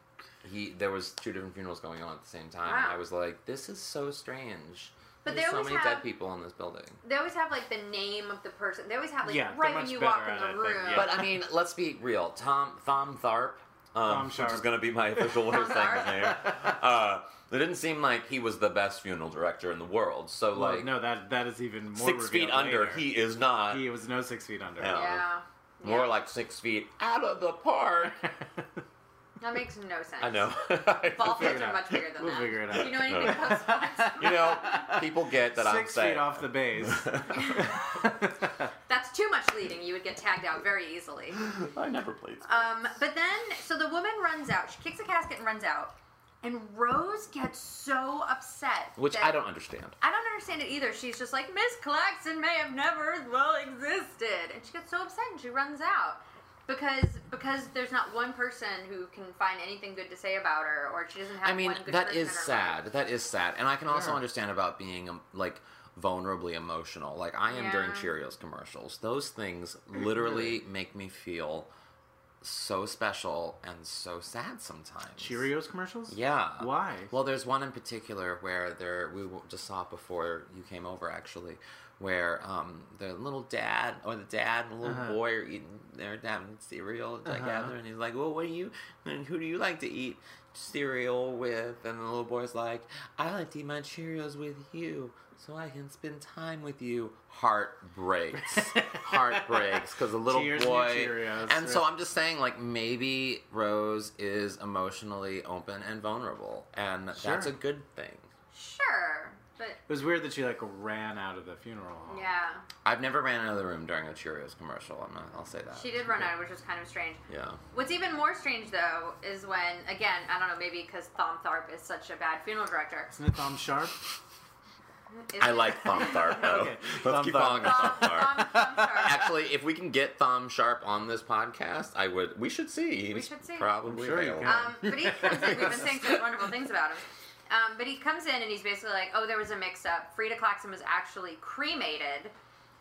Speaker 2: he, there was two different funerals going on at the same time.
Speaker 3: Wow.
Speaker 2: I was like, this is so strange.
Speaker 3: But
Speaker 2: There's
Speaker 3: they
Speaker 2: so
Speaker 3: always
Speaker 2: many
Speaker 3: have-
Speaker 2: dead people in this building.
Speaker 3: They always have like the name of the person. They always have like
Speaker 1: Yeah, they're
Speaker 3: right when
Speaker 1: much
Speaker 3: you walk
Speaker 1: better
Speaker 3: in
Speaker 1: at
Speaker 3: the
Speaker 1: it than-
Speaker 3: room.
Speaker 1: yeah.
Speaker 2: But I mean, let's be real. Tom Thom Tharp,
Speaker 1: Thom
Speaker 2: um, which is
Speaker 1: Sharp.
Speaker 2: going to be my official way of saying his
Speaker 3: Tharp.
Speaker 2: name. Uh, it didn't seem like he was the best funeral director in the world. So
Speaker 1: Well,
Speaker 2: like
Speaker 1: no, that that is even more
Speaker 2: six feet
Speaker 1: revealed
Speaker 2: under,
Speaker 1: later.
Speaker 2: he is not.
Speaker 1: He was no six feet under.
Speaker 2: Yeah.
Speaker 3: yeah.
Speaker 2: More
Speaker 3: Yeah.
Speaker 2: like six feet out of the
Speaker 1: *laughs*
Speaker 2: park.
Speaker 3: that makes no sense.
Speaker 2: I know.
Speaker 3: Ball
Speaker 1: figure
Speaker 3: fields
Speaker 1: it
Speaker 3: are
Speaker 1: out.
Speaker 3: much bigger than
Speaker 1: We'll
Speaker 3: that.
Speaker 1: figure it
Speaker 3: Do
Speaker 1: out.
Speaker 3: you know
Speaker 1: *laughs*
Speaker 3: anything about sports?
Speaker 2: you know, people get that I'm
Speaker 1: six
Speaker 2: saying.
Speaker 1: feet off the
Speaker 3: *laughs*
Speaker 2: *laughs*
Speaker 1: base. *laughs*
Speaker 3: That's too much leading. You would get tagged out very easily.
Speaker 2: I
Speaker 1: *laughs*
Speaker 2: never played.
Speaker 3: Um, but then, so the woman runs out. She kicks the casket and runs out. And Rose gets so upset.
Speaker 2: Which
Speaker 3: that-
Speaker 2: I don't understand.
Speaker 3: I don't understand it either. She's just like, Miss Claxton may have never well existed. And she gets so upset and she runs out. Because because there's not one person who can find anything good to say about her or she doesn't have
Speaker 2: I mean,
Speaker 3: one good
Speaker 2: that
Speaker 3: person
Speaker 2: is
Speaker 3: in her
Speaker 2: sad.
Speaker 3: life.
Speaker 2: That is sad, and I can also
Speaker 1: Sure.
Speaker 2: understand about being um, like vulnerably emotional, like I am during
Speaker 3: Yeah.
Speaker 2: Cheerios commercials.
Speaker 3: *clears throat*
Speaker 2: Those things literally make me feel so special and so sad sometimes.
Speaker 1: Cheerios commercials?
Speaker 2: Yeah.
Speaker 1: Why?
Speaker 2: Well, there's one in particular where there we w- just saw it before you came over actually, where um the little dad or the dad and the little
Speaker 1: Uh-huh.
Speaker 2: boy are eating their damn cereal
Speaker 1: Uh-huh.
Speaker 2: together, and he's like, "Well, what do you? And who do you like to eat cereal with?" And the little boy's like, "I like to eat my Cheerios with you." So I can spend time with you.
Speaker 1: *laughs*
Speaker 2: Heart breaks. Heart breaks because the little
Speaker 1: Cheers to your
Speaker 2: boy.
Speaker 1: Cheerios.
Speaker 2: and so I'm just saying, like, maybe Rose is emotionally open and vulnerable, and that's
Speaker 1: Sure.
Speaker 2: a good thing.
Speaker 3: Sure, but
Speaker 1: It was weird that she like ran out of the funeral home.
Speaker 3: yeah,
Speaker 2: I've never ran out of the room during a Cheerios commercial. I'm not, I'll say that.
Speaker 3: she did run out, which was kind of strange.
Speaker 2: Yeah.
Speaker 3: What's even more strange though is when, again, I don't know, maybe because Thom Tharp is such a bad funeral director.
Speaker 1: Isn't it Thom
Speaker 3: *laughs*
Speaker 1: Sharp?
Speaker 3: Is
Speaker 2: I
Speaker 3: it-
Speaker 2: like
Speaker 3: *laughs*
Speaker 2: Thom Tharp though.
Speaker 1: Okay.
Speaker 2: Let's
Speaker 1: Thom
Speaker 2: keep
Speaker 1: Tharp.
Speaker 2: calling her
Speaker 3: Thom,
Speaker 2: Thom Tharp.
Speaker 3: Thom, Thom Tharp.
Speaker 2: Actually, if we can get Thom Sharp on this podcast, I would. We should see. He's
Speaker 3: should see.
Speaker 2: Probably
Speaker 1: I'm sure you
Speaker 2: available.
Speaker 1: can.
Speaker 3: Um, but he comes in. We've been
Speaker 2: *laughs*
Speaker 3: saying such wonderful things about him. Um, but he comes in and he's basically like, "Oh, there was a mix-up. Frida Claxton was actually cremated."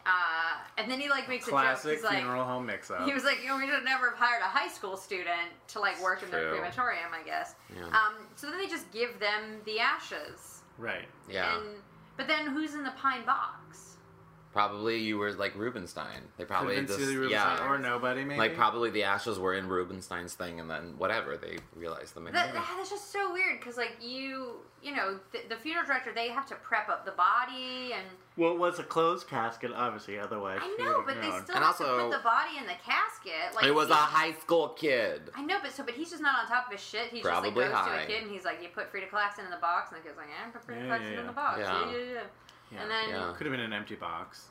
Speaker 3: Uh, and then he like makes a
Speaker 1: Classic
Speaker 3: joke. He's like,
Speaker 1: funeral home mix up.
Speaker 3: He was like, you know, we should never have hired a high school student to like work in their
Speaker 2: True.
Speaker 3: crematorium, I guess.
Speaker 2: Yeah.
Speaker 3: Um, so then they just give them the ashes.
Speaker 1: right.
Speaker 2: yeah.
Speaker 3: Um, And, but then who's in the pine box?
Speaker 2: Probably you were like Rubenstein. They probably
Speaker 1: Could've been
Speaker 2: just
Speaker 1: Celia Rubenstein
Speaker 2: yeah.
Speaker 1: or nobody maybe.
Speaker 2: Like probably the ashes were in Rubenstein's thing, and then whatever they realized them.
Speaker 3: That, that's just so weird because like you, you know, th- the funeral director they have to prep up the body and
Speaker 1: Well, it was a closed casket, obviously. Otherwise,
Speaker 3: I
Speaker 1: she
Speaker 3: know,
Speaker 1: would've
Speaker 3: but they
Speaker 1: known.
Speaker 3: still
Speaker 2: And
Speaker 3: have to
Speaker 2: also-
Speaker 3: put the body in the casket. Like
Speaker 2: it was a
Speaker 3: he-
Speaker 2: high school kid.
Speaker 3: I know, but so but he's just not on top of his shit. He just like
Speaker 2: Probably
Speaker 3: goes to
Speaker 2: high.
Speaker 3: a kid and he's like, "You put Frida Claxton in the box," and the kid's like, "I put Frida
Speaker 1: Yeah,
Speaker 3: Claxton
Speaker 1: yeah,
Speaker 3: in the
Speaker 1: yeah.
Speaker 3: box."
Speaker 2: Yeah.
Speaker 3: Yeah, yeah, yeah.
Speaker 1: Yeah.
Speaker 3: And then,
Speaker 2: Yeah.
Speaker 1: could have been an empty box.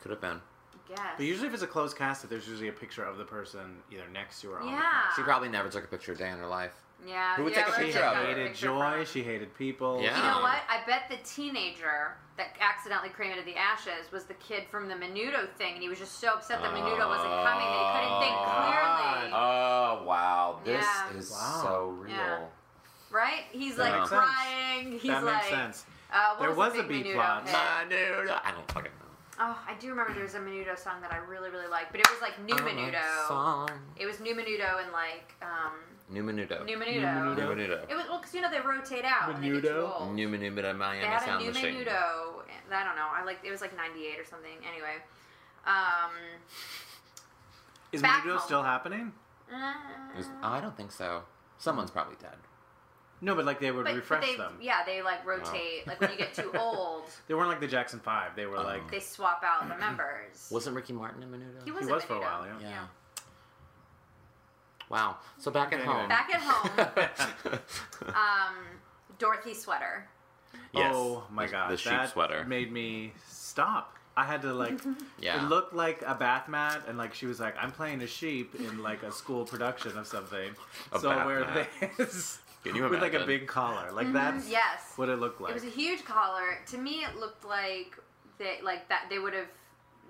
Speaker 2: Could have been.
Speaker 3: guess.
Speaker 1: But usually, if it's a closed casket, there's usually a picture of the person either next to you or on the
Speaker 3: Yeah.
Speaker 1: casket.
Speaker 2: She probably never took a picture a day in her life.
Speaker 3: Yeah.
Speaker 2: Who would
Speaker 3: yeah,
Speaker 2: take a
Speaker 3: where
Speaker 1: She
Speaker 2: picture
Speaker 3: did
Speaker 2: of
Speaker 3: that
Speaker 2: it?
Speaker 1: hated
Speaker 3: picture
Speaker 1: joy.
Speaker 3: from?
Speaker 1: She hated people.
Speaker 2: Yeah.
Speaker 3: You know what? I bet the teenager that accidentally cremated the ashes was the kid from the Menudo thing, and he was just so upset that Menudo wasn't coming that he couldn't think
Speaker 1: God.
Speaker 3: clearly.
Speaker 2: Oh wow,
Speaker 3: This Yeah.
Speaker 2: is
Speaker 1: Wow.
Speaker 2: so real.
Speaker 3: Yeah. Right? He's
Speaker 1: That
Speaker 3: like
Speaker 2: makes
Speaker 1: sense.
Speaker 3: crying. He's
Speaker 1: that
Speaker 3: like,
Speaker 1: makes sense.
Speaker 3: Uh, what
Speaker 1: There
Speaker 3: was,
Speaker 1: was
Speaker 3: the
Speaker 1: a
Speaker 3: big
Speaker 1: B
Speaker 3: Menudo
Speaker 1: plot.
Speaker 3: hit?
Speaker 2: Menudo. I don't fucking know.
Speaker 3: Oh, I do remember there was a Menudo song that I really, really liked, but it was like New
Speaker 2: I'm a
Speaker 3: Menudo.
Speaker 2: Uh-huh. Song.
Speaker 3: It was New Menudo and like um,
Speaker 2: Oh, New Menudo.
Speaker 3: New
Speaker 1: Menudo.
Speaker 3: Menudo.
Speaker 2: New Menudo.
Speaker 3: It was well, cause you know they rotate out when they get too
Speaker 1: Menudo?
Speaker 3: old.
Speaker 2: New Menudo.
Speaker 3: They
Speaker 2: Miami
Speaker 3: had a
Speaker 2: Sound
Speaker 3: new
Speaker 2: Machine.
Speaker 3: menudo. I don't know. I like it was like '98 or something. Anyway, um,
Speaker 1: Is
Speaker 3: Back
Speaker 1: Menudo
Speaker 3: home.
Speaker 1: still happening?
Speaker 3: uh,
Speaker 2: It was- oh, I don't think so. Someone's probably dead.
Speaker 1: No, but like they would
Speaker 3: but, but
Speaker 1: refresh
Speaker 3: they
Speaker 1: them.
Speaker 3: yeah they like rotate. Like when you get too
Speaker 2: *laughs*
Speaker 3: old,
Speaker 1: They weren't like the Jackson Five. They were
Speaker 2: Oh.
Speaker 1: like
Speaker 3: they swap out the members.
Speaker 2: Wasn't Ricky Martin in Menudo?
Speaker 3: he was,
Speaker 1: he
Speaker 3: a
Speaker 1: was for a
Speaker 3: menudo.
Speaker 1: while. Yeah.
Speaker 2: Yeah. Wow. So back at
Speaker 1: Okay,
Speaker 2: home.
Speaker 3: Back at home,
Speaker 2: *laughs* yes.
Speaker 3: um, Dorothy sweater.
Speaker 1: Oh my
Speaker 2: The-
Speaker 1: god,
Speaker 2: The sheep
Speaker 1: that
Speaker 2: sweater.
Speaker 1: made me stop. I had to
Speaker 3: *laughs*
Speaker 1: like.
Speaker 2: Yeah.
Speaker 1: It looked like a bath mat, and like she was like, "I'm playing a sheep in like a school production of something."
Speaker 2: A
Speaker 1: so
Speaker 2: bath
Speaker 1: I wear
Speaker 2: mat.
Speaker 1: this *laughs*
Speaker 2: Can you
Speaker 1: with like a
Speaker 2: imagine?
Speaker 1: big collar. Like that's
Speaker 3: yes.
Speaker 1: what it looked like.
Speaker 3: Mm-hmm. It was a huge collar. To me, it looked like they like that they would have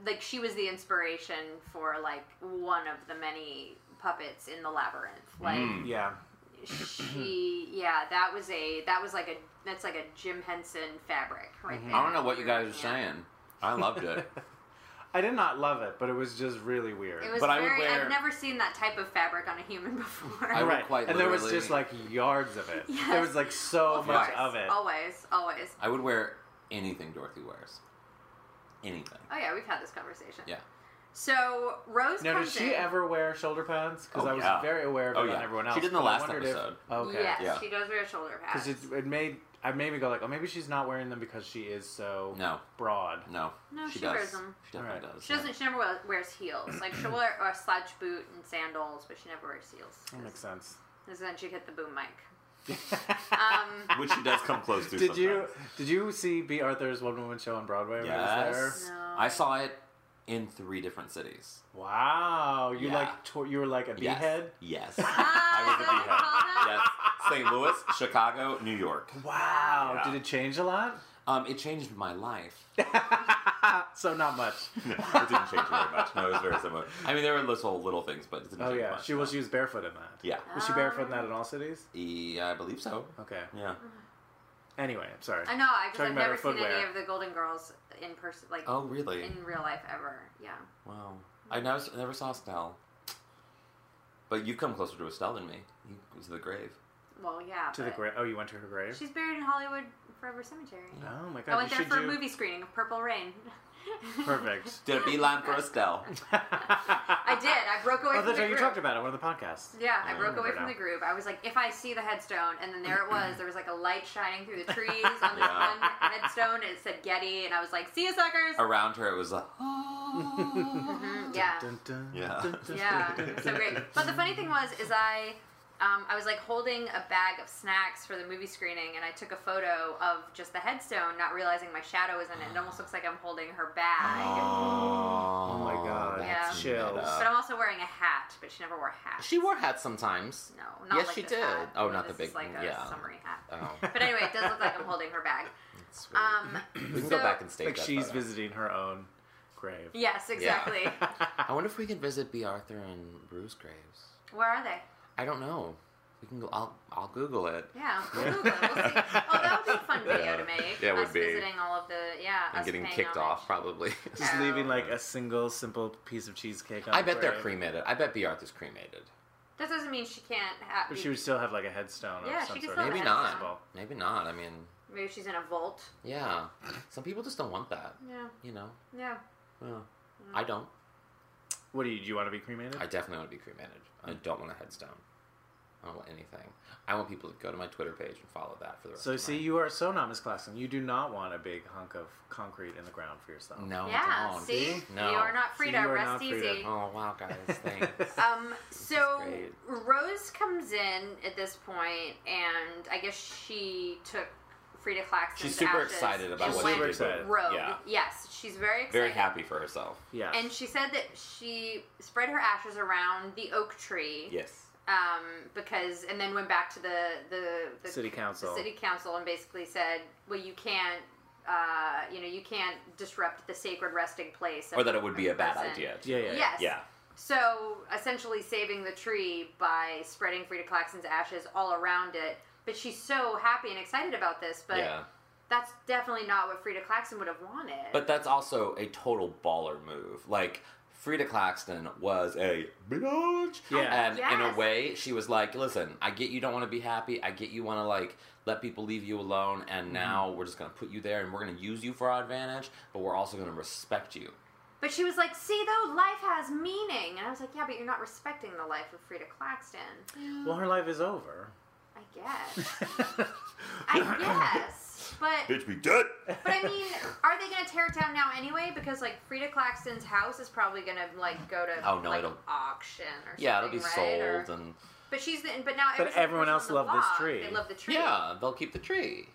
Speaker 3: like she was the inspiration for like one of the many puppets in the labyrinth. Like.
Speaker 2: Hmm.
Speaker 1: yeah.
Speaker 3: she yeah that was a that was like a that's like a jim henson fabric right there.
Speaker 2: Mm-hmm. I don't know what you guys are
Speaker 3: Yeah.
Speaker 2: saying. I loved
Speaker 1: *laughs*
Speaker 2: it.
Speaker 1: I did not love it, but it was just really weird.
Speaker 3: it was
Speaker 2: But I would
Speaker 3: very
Speaker 2: wear-
Speaker 3: i've never seen that type of fabric on a human *laughs* before
Speaker 2: I would
Speaker 1: right,
Speaker 2: quite
Speaker 1: and there was
Speaker 2: literally-
Speaker 1: just like yards of it.
Speaker 3: Yes.
Speaker 1: There was like so
Speaker 3: Of
Speaker 1: much
Speaker 3: course.
Speaker 1: of it.
Speaker 3: always always
Speaker 2: I would wear anything Dorothy wears. Anything.
Speaker 1: Uh,
Speaker 3: oh yeah we've had this conversation
Speaker 2: Yeah.
Speaker 3: so rose
Speaker 1: Now, did
Speaker 3: comes
Speaker 1: she
Speaker 3: in.
Speaker 1: ever wear shoulder pads? Because
Speaker 2: Oh,
Speaker 1: I was
Speaker 2: yeah.
Speaker 1: very aware of
Speaker 2: Oh,
Speaker 1: it
Speaker 2: yeah.
Speaker 1: on everyone
Speaker 2: She
Speaker 1: else.
Speaker 2: did in the
Speaker 1: but I
Speaker 2: last
Speaker 1: wondered
Speaker 2: episode.
Speaker 1: If, okay.
Speaker 3: yes
Speaker 2: Yeah.
Speaker 3: she does wear shoulder pads
Speaker 1: Because it, it made I made me go like, oh, maybe she's not wearing them because she is so
Speaker 2: No.
Speaker 1: broad.
Speaker 2: No.
Speaker 3: No, she
Speaker 2: does.
Speaker 3: wears them.
Speaker 2: She definitely
Speaker 1: Alright.
Speaker 2: does.
Speaker 3: she doesn't she never wear- wears heels like she'll wear a slouch boot and sandals but she never wears heels
Speaker 1: That makes sense.
Speaker 3: because then she hit the boom mic
Speaker 1: *laughs*
Speaker 3: um
Speaker 2: Which she does come close to.
Speaker 1: did you did you see B. Arthur's one woman show on Broadway? when it was there?
Speaker 2: Yes.
Speaker 3: No.
Speaker 2: I saw it in three different cities.
Speaker 1: Wow, you
Speaker 2: Yeah.
Speaker 1: like tw- you were like a
Speaker 2: Yes.
Speaker 1: behead.
Speaker 2: Yes.
Speaker 3: Ah,
Speaker 2: I was
Speaker 3: is
Speaker 2: a
Speaker 3: that what you call that?
Speaker 2: behead.
Speaker 3: *laughs*
Speaker 2: Yes. St. Louis, Chicago, New York.
Speaker 1: Wow,
Speaker 2: Yeah.
Speaker 1: did it change a lot? *laughs*
Speaker 2: Um, it changed my life.
Speaker 1: so not much.
Speaker 2: *laughs* No, it didn't change very much. No, it was very similar. I mean, there were little little things, but it
Speaker 1: *laughs*
Speaker 2: didn't
Speaker 1: Oh
Speaker 2: change
Speaker 1: yeah,
Speaker 2: much.
Speaker 1: she
Speaker 2: no.
Speaker 1: was she was barefoot in that.
Speaker 2: Yeah.
Speaker 3: Um,
Speaker 1: Was she barefoot in that in all cities?
Speaker 2: Yeah, I believe so.
Speaker 1: Okay.
Speaker 2: Yeah.
Speaker 1: Anyway, I'm sorry.
Speaker 3: I know. I just,
Speaker 1: Talking
Speaker 3: I've
Speaker 1: about
Speaker 3: never
Speaker 1: her
Speaker 3: seen any
Speaker 1: footwear.
Speaker 3: of the Golden Girls in person, like
Speaker 2: Oh, really?
Speaker 3: in real life ever. Yeah.
Speaker 2: Wow. I never, never saw Estelle. But you've come closer to Estelle than me. You go to the grave.
Speaker 3: Well, yeah.
Speaker 1: To the
Speaker 3: but
Speaker 1: grave. Oh, you went to her grave.
Speaker 3: She's buried in Hollywood Forever Cemetery.
Speaker 1: oh my
Speaker 3: I
Speaker 1: god!
Speaker 3: went
Speaker 1: you
Speaker 3: there
Speaker 1: should
Speaker 3: for
Speaker 1: do
Speaker 3: a movie screening of Purple Rain.
Speaker 1: perfect.
Speaker 2: Did a beeline for Estelle.
Speaker 3: I
Speaker 1: I
Speaker 3: did. *laughs* I broke away
Speaker 1: Oh,
Speaker 3: from the
Speaker 1: that's right. You
Speaker 3: group.
Speaker 1: talked about it. on One of the podcasts.
Speaker 3: yeah,
Speaker 2: Yeah,
Speaker 3: I
Speaker 2: I
Speaker 3: broke away
Speaker 1: remember
Speaker 3: from
Speaker 1: now.
Speaker 3: the group. I was like, if I see the headstone, and then there it was. There was like a light shining through the trees on this
Speaker 2: Yeah.
Speaker 3: one headstone. and It said Getty, and I was like, see you suckers.
Speaker 2: Around her, it was like, oh.
Speaker 3: Mhm, yeah.
Speaker 1: Dun, dun,
Speaker 2: Yeah.
Speaker 1: dun, dun,
Speaker 3: *laughs* Yeah,
Speaker 1: dun,
Speaker 3: it was
Speaker 1: dun.
Speaker 3: so great. But the funny thing was, is I, um, I was like holding a bag of snacks for the movie screening, and I took a photo of just the headstone, not realizing my shadow was in it. It almost looks like I'm holding her bag.
Speaker 2: Oh
Speaker 1: my God.
Speaker 2: that's
Speaker 1: Yeah.
Speaker 2: meta.
Speaker 1: Chills.
Speaker 3: But I'm also wearing a hat, but she never wore hats.
Speaker 2: She wore hats sometimes.
Speaker 3: no, not
Speaker 2: Yes,
Speaker 3: like
Speaker 2: she
Speaker 3: this
Speaker 2: did.
Speaker 3: hat.
Speaker 2: Oh, not
Speaker 3: This
Speaker 2: the big-
Speaker 3: is like a
Speaker 2: yeah.
Speaker 3: summary hat.
Speaker 1: *laughs*
Speaker 2: Oh,
Speaker 3: But anyway, it does look like I'm holding her bag.
Speaker 2: that's sweet.
Speaker 3: Um,
Speaker 2: we can
Speaker 3: so,
Speaker 2: go back and stage
Speaker 1: Like
Speaker 2: that
Speaker 1: she's
Speaker 2: photo.
Speaker 1: visiting her own grave.
Speaker 3: Yes, exactly.
Speaker 2: *laughs* I wonder if we could visit B. Arthur and Bruce Graves.
Speaker 3: Where are they?
Speaker 2: I don't know. We can go. I'll I'll Google it.
Speaker 3: Yeah, we'll Google it.
Speaker 2: *laughs*
Speaker 3: We'll see. Oh, that would be a fun video
Speaker 2: Yeah.
Speaker 3: to make.
Speaker 2: Yeah, it would
Speaker 3: us
Speaker 2: be.
Speaker 3: visiting all of the yeah.
Speaker 2: I'm
Speaker 3: us
Speaker 2: getting
Speaker 3: paying
Speaker 2: kicked
Speaker 3: homage.
Speaker 2: off probably.
Speaker 1: *laughs* Just
Speaker 3: Oh.
Speaker 1: leaving like a single simple piece of cheesecake. On
Speaker 2: *laughs* I
Speaker 1: the
Speaker 2: bet they're
Speaker 1: grave.
Speaker 2: cremated. I bet B. Arthur's cremated.
Speaker 3: That doesn't mean she can't have.
Speaker 1: But she would still have like a headstone
Speaker 3: Yeah,
Speaker 1: or
Speaker 3: she
Speaker 1: some
Speaker 3: could
Speaker 1: sort
Speaker 3: still
Speaker 1: of
Speaker 3: have
Speaker 2: Maybe
Speaker 3: a
Speaker 1: disposable.
Speaker 3: headstone.
Speaker 2: not. Maybe not. I mean,
Speaker 3: Maybe she's in a vault.
Speaker 2: yeah. Some people just don't want that.
Speaker 3: Yeah,
Speaker 2: You know.
Speaker 3: yeah.
Speaker 2: Well, I don't.
Speaker 1: What do you do? You want to be
Speaker 3: Mm.
Speaker 1: cremated?
Speaker 2: I definitely want to be cremated. I don't want a headstone. I don't want anything. I want people to go to my Twitter page and follow that for the rest.
Speaker 1: so
Speaker 2: of
Speaker 1: see,
Speaker 2: my...
Speaker 1: you are so not misclassing. You do not want a big hunk of concrete in the ground for yourself.
Speaker 2: No, I
Speaker 3: yeah,
Speaker 2: Oh, don't.
Speaker 3: see?
Speaker 2: No.
Speaker 3: You are not
Speaker 1: See,
Speaker 3: Frida,
Speaker 1: you are
Speaker 3: rest
Speaker 1: not Oh. Frida.
Speaker 3: easy.
Speaker 2: Oh wow,
Speaker 3: *laughs*
Speaker 2: guys! Thanks.
Speaker 3: Um, so
Speaker 2: great.
Speaker 3: Rose comes in at this point, and I guess she took Frida Claxton's
Speaker 2: She's super
Speaker 3: ashes
Speaker 2: excited about
Speaker 3: and
Speaker 1: what she
Speaker 3: went
Speaker 1: did with it.
Speaker 3: Rogue.
Speaker 2: Yeah.
Speaker 3: Yes, she's very excited.
Speaker 2: Very happy for herself.
Speaker 1: *laughs* Yeah.
Speaker 3: And she said that she spread her ashes around the oak tree.
Speaker 2: Yes.
Speaker 3: um, because and then went back to the the, the
Speaker 1: City council.
Speaker 3: the city council and basically said, well, you can't, uh, you know, you can't disrupt the sacred resting place, of
Speaker 2: Or that it would be a bad
Speaker 3: person.
Speaker 2: idea.
Speaker 1: yeah, yeah, yeah.
Speaker 3: Yes.
Speaker 2: Yeah.
Speaker 3: So essentially, saving the tree by spreading Frida Claxton's ashes all around it. But she's so happy and excited about this, but
Speaker 2: yeah.
Speaker 3: that's definitely not what Frida Claxton would have wanted.
Speaker 2: But that's also a total baller move. Like Frida Claxton was a bitch.
Speaker 1: Yeah.
Speaker 2: And in
Speaker 3: Yes.
Speaker 2: a way, she was like, listen, I get you don't want to be happy. I get you want to like let people leave you alone and
Speaker 1: Mm-hmm.
Speaker 2: now we're just going to put you there and we're going to use you for our advantage, but we're also going to respect you.
Speaker 3: But she was like, see, though, life has meaning. And I was like, yeah, but you're not respecting the life of Frida Claxton.
Speaker 1: Well, her life is over.
Speaker 3: I guess. *laughs*
Speaker 1: *laughs*
Speaker 3: I guess. But
Speaker 2: we did.
Speaker 3: but I mean, are they gonna tear it down now anyway? Because like Frida Claxton's house is probably gonna like go to
Speaker 2: Oh, no,
Speaker 3: like,
Speaker 2: it'll-
Speaker 3: auction or
Speaker 2: Yeah, it'll
Speaker 3: something,
Speaker 2: be
Speaker 3: right?
Speaker 2: sold
Speaker 3: Or-
Speaker 2: and
Speaker 3: but she's the, but now
Speaker 1: But
Speaker 3: every single
Speaker 1: everyone
Speaker 3: person
Speaker 1: else
Speaker 3: on the
Speaker 1: loved this
Speaker 3: block,
Speaker 1: tree.
Speaker 3: They love the tree.
Speaker 2: yeah, they'll keep the tree.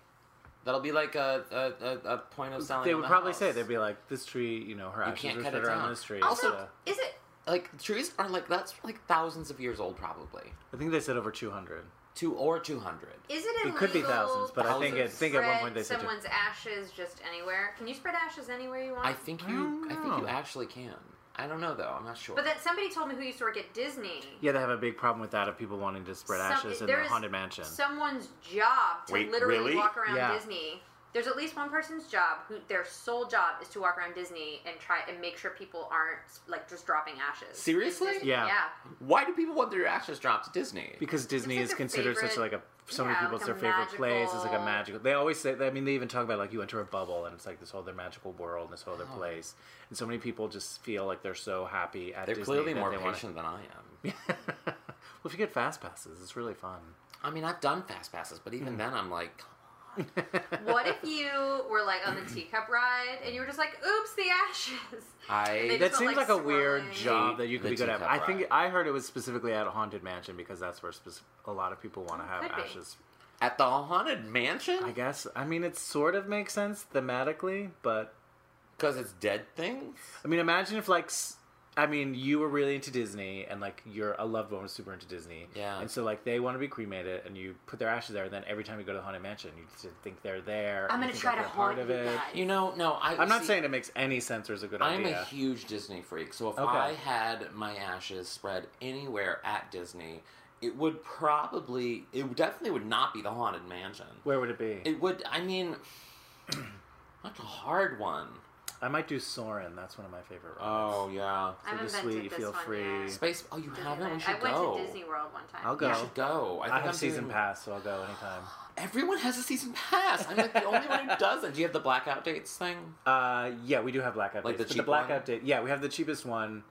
Speaker 2: That'll be like a a, a, a point of selling.
Speaker 1: they
Speaker 2: in
Speaker 1: would
Speaker 2: the
Speaker 1: probably
Speaker 2: house.
Speaker 1: say they'd be like, "This tree, you know, her ashes
Speaker 2: can't
Speaker 1: were
Speaker 2: cut
Speaker 1: spread
Speaker 2: it
Speaker 1: around
Speaker 2: down.
Speaker 1: this tree."
Speaker 3: Also,
Speaker 1: so-
Speaker 3: is it?
Speaker 2: like trees are like that's like thousands of years old probably.
Speaker 1: I think they said over two hundred.
Speaker 2: Two or two hundred.
Speaker 3: Is it
Speaker 1: It
Speaker 3: illegal?
Speaker 1: could be thousands, but I think it,
Speaker 2: Thousands.
Speaker 1: think at one point they
Speaker 3: spread
Speaker 1: said two.
Speaker 3: someone's ashes just anywhere. Can you spread ashes anywhere you want?
Speaker 2: I think
Speaker 1: I
Speaker 2: you
Speaker 1: don't
Speaker 2: I, think you
Speaker 1: know.
Speaker 2: actually can. I don't know though, I'm not sure.
Speaker 3: But that somebody told me who used to work at Disney.
Speaker 1: Yeah, they have a big problem with that of people wanting to spread
Speaker 3: Some-
Speaker 1: ashes in
Speaker 3: there
Speaker 1: their
Speaker 3: is
Speaker 1: haunted mansion.
Speaker 3: Someone's job to
Speaker 2: Wait,
Speaker 3: literally
Speaker 2: really?
Speaker 3: walk around
Speaker 1: Yeah.
Speaker 3: Disney. There's at least one person's job who their sole job is to walk around Disney and try and make sure people aren't like just dropping ashes.
Speaker 2: Seriously?
Speaker 3: It's just-
Speaker 1: Yeah.
Speaker 3: yeah.
Speaker 2: Why do people want their ashes dropped to Disney?
Speaker 1: because Disney
Speaker 3: like
Speaker 1: is
Speaker 3: their
Speaker 1: considered such
Speaker 3: favorite-
Speaker 1: like a so many
Speaker 3: yeah,
Speaker 1: people
Speaker 3: like
Speaker 1: it's
Speaker 3: a
Speaker 1: their favorite place. It's like a
Speaker 3: magical-
Speaker 1: magical. They always say. I mean, they even talk about like you enter a bubble and it's like this whole other magical world, this whole
Speaker 2: Oh.
Speaker 1: other place. And so many people just feel like they're so happy at
Speaker 2: They're
Speaker 1: Disney
Speaker 2: clearly
Speaker 1: that
Speaker 2: more
Speaker 1: they wanna-
Speaker 2: patient than I am.
Speaker 1: *laughs* well, if you get fast passes, it's really fun.
Speaker 2: I mean, I've done fast passes, but
Speaker 1: Hmm.
Speaker 2: even then, I'm like,
Speaker 1: *laughs*
Speaker 3: What if you were like on the teacup ride and you were just like, "Oops, the ashes."
Speaker 2: I
Speaker 3: They
Speaker 1: That
Speaker 3: just
Speaker 1: seems like,
Speaker 3: felt like
Speaker 1: a weird
Speaker 3: swirling.
Speaker 1: job that you could
Speaker 2: The
Speaker 1: be good at.
Speaker 2: teacup
Speaker 1: I think
Speaker 2: ride.
Speaker 1: I heard it was specifically at a haunted mansion because that's where spec- a lot of people want to have
Speaker 3: Could be.
Speaker 1: ashes.
Speaker 2: at the haunted mansion
Speaker 1: I guess. I mean, it sort of makes sense thematically, but
Speaker 2: because it's dead things.
Speaker 1: I mean, imagine if like, s- I mean, you were really into Disney, and like your a loved one was super into Disney,
Speaker 2: Yeah.
Speaker 1: And so like they want to be cremated, and you put their ashes there, and then every time you go to the haunted mansion, you just think they're there. and
Speaker 3: I'm gonna
Speaker 1: you think
Speaker 3: try
Speaker 1: that
Speaker 3: to
Speaker 1: they're
Speaker 3: haunt you guys.
Speaker 2: You know, no, I.
Speaker 1: I'm not
Speaker 2: see,
Speaker 1: saying it makes any sense or is a good
Speaker 2: I'm
Speaker 1: idea.
Speaker 2: a huge Disney freak, so if
Speaker 1: Okay.
Speaker 2: I had my ashes spread anywhere at Disney, it would probably, it definitely would not be the Haunted Mansion.
Speaker 1: Where would it be?
Speaker 2: It would, I mean, that's a hard one.
Speaker 1: I might do Soren. That's one of my favorite rides.
Speaker 2: Oh, yeah.
Speaker 3: I haven't
Speaker 1: just
Speaker 3: been
Speaker 1: sweet,
Speaker 3: to
Speaker 1: you
Speaker 3: this
Speaker 1: feel
Speaker 3: one
Speaker 1: free.
Speaker 3: yet.
Speaker 1: Space-
Speaker 2: Space, oh, you haven't? We
Speaker 3: Disneyland.
Speaker 2: should
Speaker 3: I went
Speaker 2: go.
Speaker 3: to Disney World one time.
Speaker 1: I'll go.
Speaker 2: We should go. I,
Speaker 1: I,
Speaker 2: think
Speaker 1: have
Speaker 2: I'm
Speaker 1: season
Speaker 2: doing-
Speaker 1: pass, so I'll go anytime.
Speaker 2: Everyone has a season pass. I'm like the only one who doesn't. Do you have the blackout
Speaker 1: *laughs*
Speaker 2: dates thing?
Speaker 1: *sighs* Uh, yeah, we do have blackout
Speaker 2: Like
Speaker 1: dates. but
Speaker 2: the cheap
Speaker 1: the blackout
Speaker 2: one?
Speaker 1: date, yeah, we have the cheapest one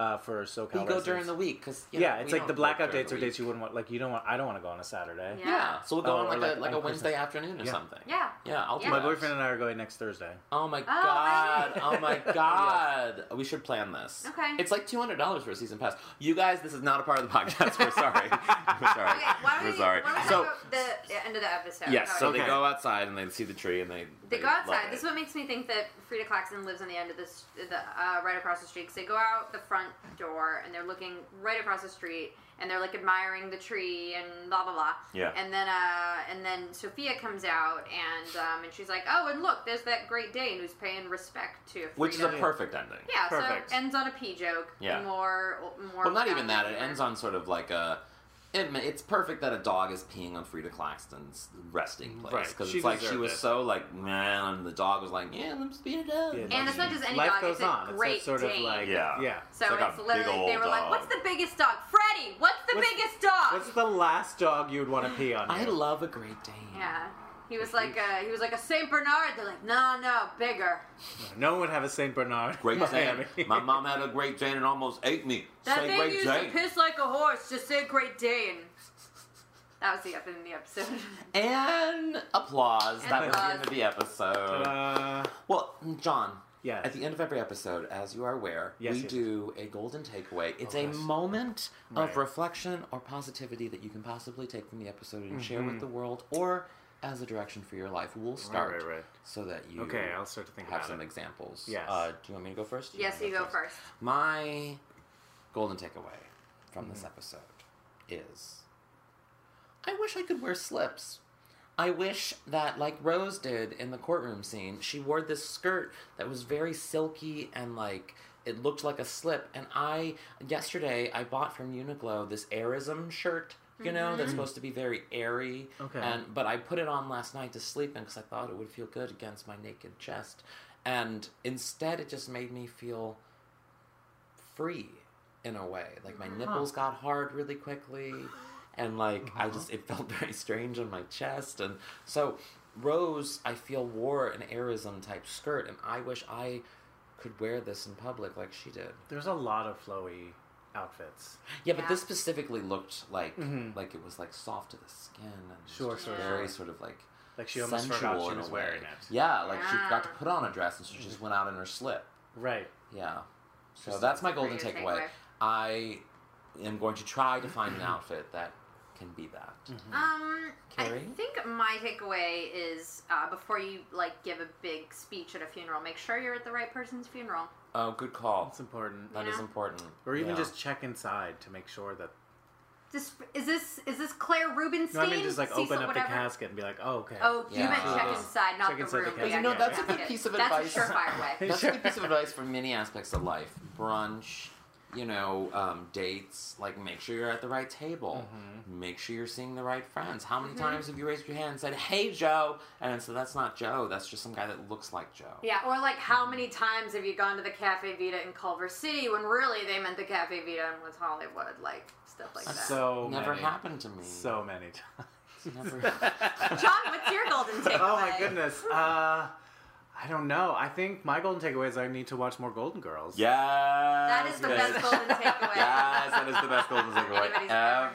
Speaker 1: uh, for SoCal.
Speaker 2: We go during
Speaker 1: residents.
Speaker 2: the week because
Speaker 1: Yeah, it's like the blackout dates are dates you wouldn't want. Like you don't want. I don't want to go on a Saturday.
Speaker 3: Yeah.
Speaker 2: Yeah. so we'll go
Speaker 1: Oh,
Speaker 2: on
Speaker 1: or
Speaker 2: like,
Speaker 1: like
Speaker 2: a like a
Speaker 1: on Christmas.
Speaker 2: Wednesday afternoon or
Speaker 1: Yeah.
Speaker 2: something.
Speaker 3: Yeah.
Speaker 2: yeah, I'll do
Speaker 3: Yeah.
Speaker 1: My
Speaker 2: that.
Speaker 1: boyfriend and I are going next Thursday.
Speaker 2: Oh my
Speaker 3: wow.
Speaker 2: god! Oh my
Speaker 1: *laughs*
Speaker 2: god! We should plan this.
Speaker 3: Okay.
Speaker 2: It's like two hundred dollars for a season pass. You guys, this is not a part
Speaker 3: *laughs*
Speaker 2: of the podcast. We're sorry. *laughs* We're sorry.
Speaker 3: Okay, why don't
Speaker 2: We're
Speaker 3: we,
Speaker 2: sorry.
Speaker 3: Why don't we
Speaker 2: so
Speaker 3: talk about the the end of the episode?
Speaker 2: yes,
Speaker 3: How
Speaker 2: so
Speaker 3: it-
Speaker 2: they
Speaker 1: Okay.
Speaker 2: go outside and they see the tree and they
Speaker 3: They go
Speaker 2: love
Speaker 3: outside.
Speaker 2: it.
Speaker 3: This is what makes me think that Frida Claxton lives on the end of this, the, uh, right across the street. 'Cause they go out the front door and they're looking right across the street and they're like admiring the tree and blah blah blah.
Speaker 2: Yeah.
Speaker 3: And then uh, and then Sophia comes out and um, and she's like, oh, and look, there's that great Dane who's paying respect to Frida.
Speaker 2: which is a perfect ending.
Speaker 3: yeah.
Speaker 1: perfect.
Speaker 3: So ends on a pee joke.
Speaker 2: Yeah.
Speaker 3: More more.
Speaker 2: Well, not even
Speaker 3: found
Speaker 2: that. It
Speaker 3: humor.
Speaker 2: ends on sort of like a. it ma- It's perfect that a dog is peeing on Frida Claxton's resting place
Speaker 1: Mm, Right.
Speaker 2: because
Speaker 1: She
Speaker 2: it's like she
Speaker 1: deserved
Speaker 2: was
Speaker 1: it.
Speaker 2: so like man, and the dog was like yeah, I'm just being a dog.
Speaker 1: Yeah,
Speaker 3: And it's not just any
Speaker 1: Life
Speaker 3: dog.
Speaker 1: goes
Speaker 3: it's a
Speaker 1: on.
Speaker 3: great
Speaker 1: it's a sort
Speaker 3: Dane.
Speaker 1: of like
Speaker 2: Yeah.
Speaker 1: yeah.
Speaker 3: So
Speaker 2: It's
Speaker 3: it's,
Speaker 2: like a big
Speaker 3: literally they
Speaker 2: old
Speaker 3: were like,
Speaker 2: dog.
Speaker 3: "What's the biggest dog, Freddy? What's the
Speaker 1: What's-
Speaker 3: biggest dog?"
Speaker 1: What's the last dog you'd want to pee on?
Speaker 2: I
Speaker 1: you?
Speaker 2: love a Great Dane.
Speaker 3: yeah, he was like a he was like a Saint Bernard. They're like, "No, no, bigger."
Speaker 1: No one would have a Saint Bernard.
Speaker 2: Great
Speaker 1: in *laughs*
Speaker 2: Dane.
Speaker 1: Miami.
Speaker 2: *laughs* My mom had a Great Dane and almost ate me.
Speaker 3: That
Speaker 2: Say
Speaker 3: thing
Speaker 2: Great
Speaker 3: used
Speaker 2: Dane.
Speaker 3: to piss like a horse. Just say Great Dane. That was the up in the
Speaker 2: *laughs*
Speaker 3: episode. *laughs*
Speaker 2: And applause.
Speaker 3: And
Speaker 2: that was the
Speaker 3: applause.
Speaker 2: end of the episode.
Speaker 1: Uh,
Speaker 2: well, John.
Speaker 1: Yes.
Speaker 2: At the end of every episode, as you are aware,
Speaker 1: Yes,
Speaker 2: we
Speaker 1: yes.
Speaker 2: do a golden takeaway. It's a
Speaker 1: gosh.
Speaker 2: moment
Speaker 1: Right.
Speaker 2: of reflection or positivity that you can possibly take from the episode and share with the world or as a direction for your life. We'll start
Speaker 1: Mm-hmm. right, right.
Speaker 2: so that you
Speaker 1: okay, I'll start to think
Speaker 2: have
Speaker 1: about
Speaker 2: some
Speaker 1: it.
Speaker 2: examples.
Speaker 1: Yes.
Speaker 2: Uh, do you want me to go first?
Speaker 3: yes,
Speaker 2: wanna
Speaker 3: you go first.
Speaker 2: My golden takeaway from this episode is I wish I could wear slips. I wish that, like Rose did in the courtroom scene, she wore this skirt that was very silky and like it looked like a slip. And I, yesterday, I bought from Uniqlo this airism shirt. You know that's supposed to be very airy,
Speaker 1: Okay.
Speaker 2: and but I put it on last night to sleep in because I thought it would feel good against my naked chest, and instead it just made me feel free in a way. Like my nipples got hard really quickly, and like
Speaker 3: Uh-huh.
Speaker 2: I just it felt *laughs* very strange on my chest. And so Rose, I feel wore an airism type skirt, and I wish I could wear this in public like she did.
Speaker 1: There's a lot of flowy outfits.
Speaker 2: Yeah, but
Speaker 3: Yeah. Mm-hmm.
Speaker 2: this specifically looked like like it was like soft to the skin and just
Speaker 1: Sure, sure,
Speaker 2: very
Speaker 3: sure.
Speaker 2: sort of like
Speaker 1: Like she almost
Speaker 2: sensual
Speaker 1: forgot she
Speaker 2: in a
Speaker 1: was
Speaker 2: way.
Speaker 1: wearing it.
Speaker 2: Yeah, like she forgot to
Speaker 3: Yeah.
Speaker 2: put on a dress and so she just went out in her slip.
Speaker 1: Right.
Speaker 2: Yeah. So that's my golden
Speaker 3: great
Speaker 2: takeaway.
Speaker 3: takeaway.
Speaker 2: I am going to try to find an outfit that can be that.
Speaker 1: Mm-hmm.
Speaker 3: Um,
Speaker 2: Carrie?
Speaker 3: I think my takeaway is uh, before you like give a big speech at a funeral, make sure you're at the right person's funeral.
Speaker 2: Oh, good call.
Speaker 1: That's important.
Speaker 2: That is
Speaker 3: Yeah.
Speaker 2: important.
Speaker 1: Or even
Speaker 2: Yeah.
Speaker 1: just *laughs* check inside to make sure that.
Speaker 3: This, is this is this Claire Rubenstein?
Speaker 1: No, I mean just like
Speaker 3: Cecil,
Speaker 1: open up
Speaker 3: whatever.
Speaker 1: the casket and be like, oh, okay.
Speaker 3: Oh, you
Speaker 2: Yeah.
Speaker 3: meant check
Speaker 2: Uh,
Speaker 3: inside, not
Speaker 1: check
Speaker 3: the
Speaker 1: inside the
Speaker 3: room.
Speaker 1: casket.
Speaker 3: yeah,
Speaker 1: You know,
Speaker 3: yeah,
Speaker 1: that's
Speaker 2: a
Speaker 3: yeah.
Speaker 2: good piece of advice.
Speaker 3: That's a surefire way.
Speaker 2: That's a good
Speaker 1: Sure.
Speaker 2: piece of advice for many aspects of life. Brunch, you know, um, dates. Like, make sure you're at the right table.
Speaker 1: Mm-hmm.
Speaker 2: Make sure you're seeing the right friends. How
Speaker 3: Mm-hmm.
Speaker 2: many times have you raised your hand and said, "Hey, Joe," and so that's not Joe. That's just some guy that looks like Joe.
Speaker 3: Yeah, or like how many times have you gone to the Cafe Vita in Culver City when really they meant the Cafe Vita in West Hollywood, like stuff like that.
Speaker 1: so
Speaker 2: Never
Speaker 1: many.
Speaker 2: happened to me.
Speaker 1: So many times. *laughs*
Speaker 2: Never.
Speaker 3: John, what's your
Speaker 2: *laughs*
Speaker 3: golden takeaway?
Speaker 1: Oh my goodness. Uh, I don't know. I think my golden takeaway is I need to watch more Golden Girls.
Speaker 2: Yes.
Speaker 3: That is the best
Speaker 2: bitch.
Speaker 3: golden takeaway.
Speaker 2: Yes, that is the best golden
Speaker 3: *laughs*
Speaker 2: takeaway
Speaker 3: Anybody's
Speaker 1: That's a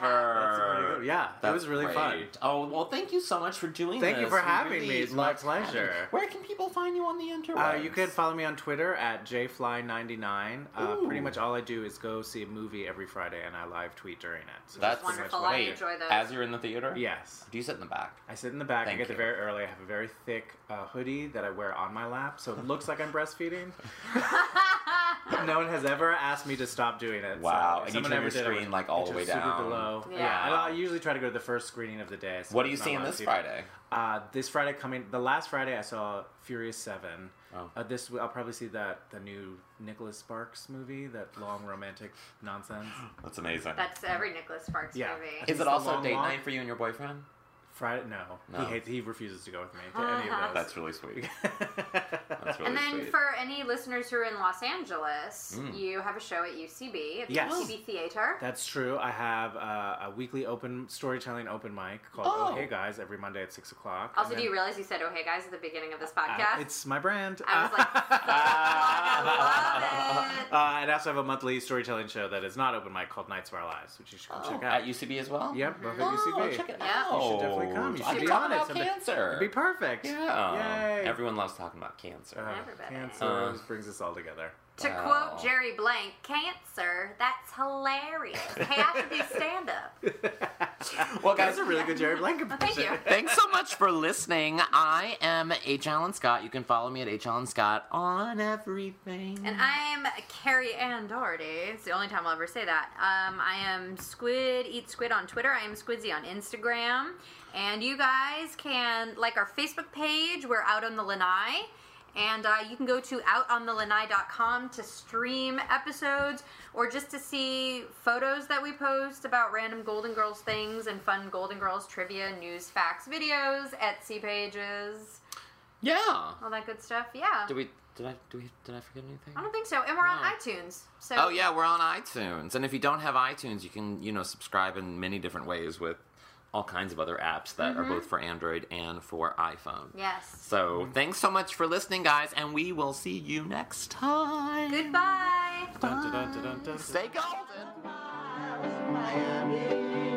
Speaker 1: pretty
Speaker 2: ever.
Speaker 1: good- yeah, it
Speaker 2: That's
Speaker 1: was really
Speaker 2: great.
Speaker 1: fun.
Speaker 2: Oh well, thank you so much for doing
Speaker 1: Thank
Speaker 2: this.
Speaker 1: you for
Speaker 2: We
Speaker 1: having
Speaker 2: really-
Speaker 1: me. It's my pleasure.
Speaker 2: Where can people find you on the internet?
Speaker 1: Uh, you can follow me on Twitter at jfly99. Uh, pretty much all I do is go see a movie every Friday and I live tweet during it. So
Speaker 2: That's
Speaker 1: pretty
Speaker 3: wonderful.
Speaker 1: what
Speaker 3: I
Speaker 1: I
Speaker 2: Wait,
Speaker 3: enjoy those.
Speaker 2: As you're in the theater.
Speaker 1: do. Yes.
Speaker 2: Do you sit in the back?
Speaker 1: I sit in the back.
Speaker 2: Thank
Speaker 1: I get there
Speaker 2: you.
Speaker 1: very early. I have a very thick uh, hoodie that I wear on my lap, so it looks like I'm breastfeeding. *laughs*
Speaker 3: *laughs*
Speaker 1: no one has ever asked me to stop doing it.
Speaker 2: Wow.
Speaker 1: if
Speaker 2: And you
Speaker 1: someone
Speaker 2: turn
Speaker 1: ever
Speaker 2: your
Speaker 1: did, I would-
Speaker 2: screen, like, all
Speaker 1: I
Speaker 2: the
Speaker 1: turn
Speaker 2: way
Speaker 1: super
Speaker 2: down.
Speaker 1: Below.
Speaker 3: Yeah.
Speaker 1: Yeah. and I usually try to go to the first screening of the day. so
Speaker 2: What are you
Speaker 1: it's not
Speaker 2: seeing
Speaker 1: allowed
Speaker 2: this
Speaker 1: to.
Speaker 2: Friday?
Speaker 1: Uh, this Friday coming, the last Friday I saw Furious Seven.
Speaker 2: Oh.
Speaker 1: Uh, this I'll probably see that the new Nicholas Sparks movie, that long romantic
Speaker 2: *gasps*
Speaker 1: nonsense.
Speaker 2: That's amazing.
Speaker 3: That's every Nicholas Sparks
Speaker 1: Yeah.
Speaker 3: movie.
Speaker 2: Is
Speaker 1: It's
Speaker 2: it
Speaker 1: the
Speaker 2: also
Speaker 1: long
Speaker 2: date
Speaker 1: walk.
Speaker 2: night for you and your boyfriend?
Speaker 1: Friday, no,
Speaker 2: No.
Speaker 1: he hates. He refuses to go with me to any of those.
Speaker 2: That's really *laughs* sweet. That's really
Speaker 3: And then
Speaker 2: sweet. Hmm.
Speaker 3: for any listeners who are in Los Angeles, you have a show at UCB at the
Speaker 1: Yes.
Speaker 3: UCB Theater.
Speaker 1: That's true. I have uh, a weekly open storytelling open mic called
Speaker 2: Oh.
Speaker 1: Oh Hey Guys every Monday at six o'clock. And
Speaker 3: also, do
Speaker 1: then-
Speaker 3: you realize you said "Oh hey guys" at the beginning of this
Speaker 1: Uh,
Speaker 3: podcast?
Speaker 1: It's my brand.
Speaker 3: I was
Speaker 1: *laughs*
Speaker 3: like, I love it.
Speaker 1: Uh, and I also have a monthly storytelling show that is not open mic called Nights of Our Lives, which you should come
Speaker 2: Oh,
Speaker 1: check out.
Speaker 2: at UCB as well.
Speaker 1: Yep, both at
Speaker 2: Oh,
Speaker 1: UCB.
Speaker 2: check it
Speaker 3: Yeah.
Speaker 2: out.
Speaker 1: You should definitely come. You should
Speaker 2: I can
Speaker 1: be
Speaker 2: talk
Speaker 1: on it
Speaker 2: about
Speaker 1: someday.
Speaker 2: cancer.
Speaker 1: It'd be perfect.
Speaker 2: Yeah.
Speaker 1: Yay.
Speaker 2: Everyone loves talking about cancer.
Speaker 1: Uh,
Speaker 3: Everybody.
Speaker 1: cancer
Speaker 2: Uh.
Speaker 1: always brings us all
Speaker 3: *laughs*
Speaker 1: together.
Speaker 3: To
Speaker 2: Wow.
Speaker 3: quote Jerry Blank, "Cancer, that's hilarious." Hey, I should do stand-up.
Speaker 2: well, guys,
Speaker 1: That's a really good Jerry Blank
Speaker 3: Well, thank
Speaker 1: impression.
Speaker 3: you.
Speaker 5: Thanks so much for listening. I am H. Allen Scott. You can follow me at H. Allen Scott on everything.
Speaker 3: And I'm Carrie Ann Doherty. It's the only time I'll ever say that. Um, I am Squid Eat Squid on Twitter. I am Squidzy on Instagram. And you guys can like our Facebook page. We're out on the lanai. And uh, you can go to outonthelanai.com to stream episodes or just to see photos that we post about random Golden Girls things and fun Golden Girls trivia, news, facts, videos, Etsy pages,
Speaker 5: yeah.
Speaker 3: all that good stuff. Yeah.
Speaker 5: Did we? Did I? Do we? Did I forget anything?
Speaker 3: I don't think so. And we're on
Speaker 5: No.
Speaker 3: iTunes. So
Speaker 5: Oh yeah, we're on iTunes, and if you don't have iTunes, you can you know subscribe in many different ways with all kinds of other apps that
Speaker 3: Mm-hmm.
Speaker 5: are both for Android and for iPhone.
Speaker 3: Yes.
Speaker 5: So thanks so much for listening, guys, and we will see you next time.
Speaker 3: Goodbye.
Speaker 1: Dun, dun, dun, dun, dun, dun.
Speaker 5: Stay golden.
Speaker 4: Miami.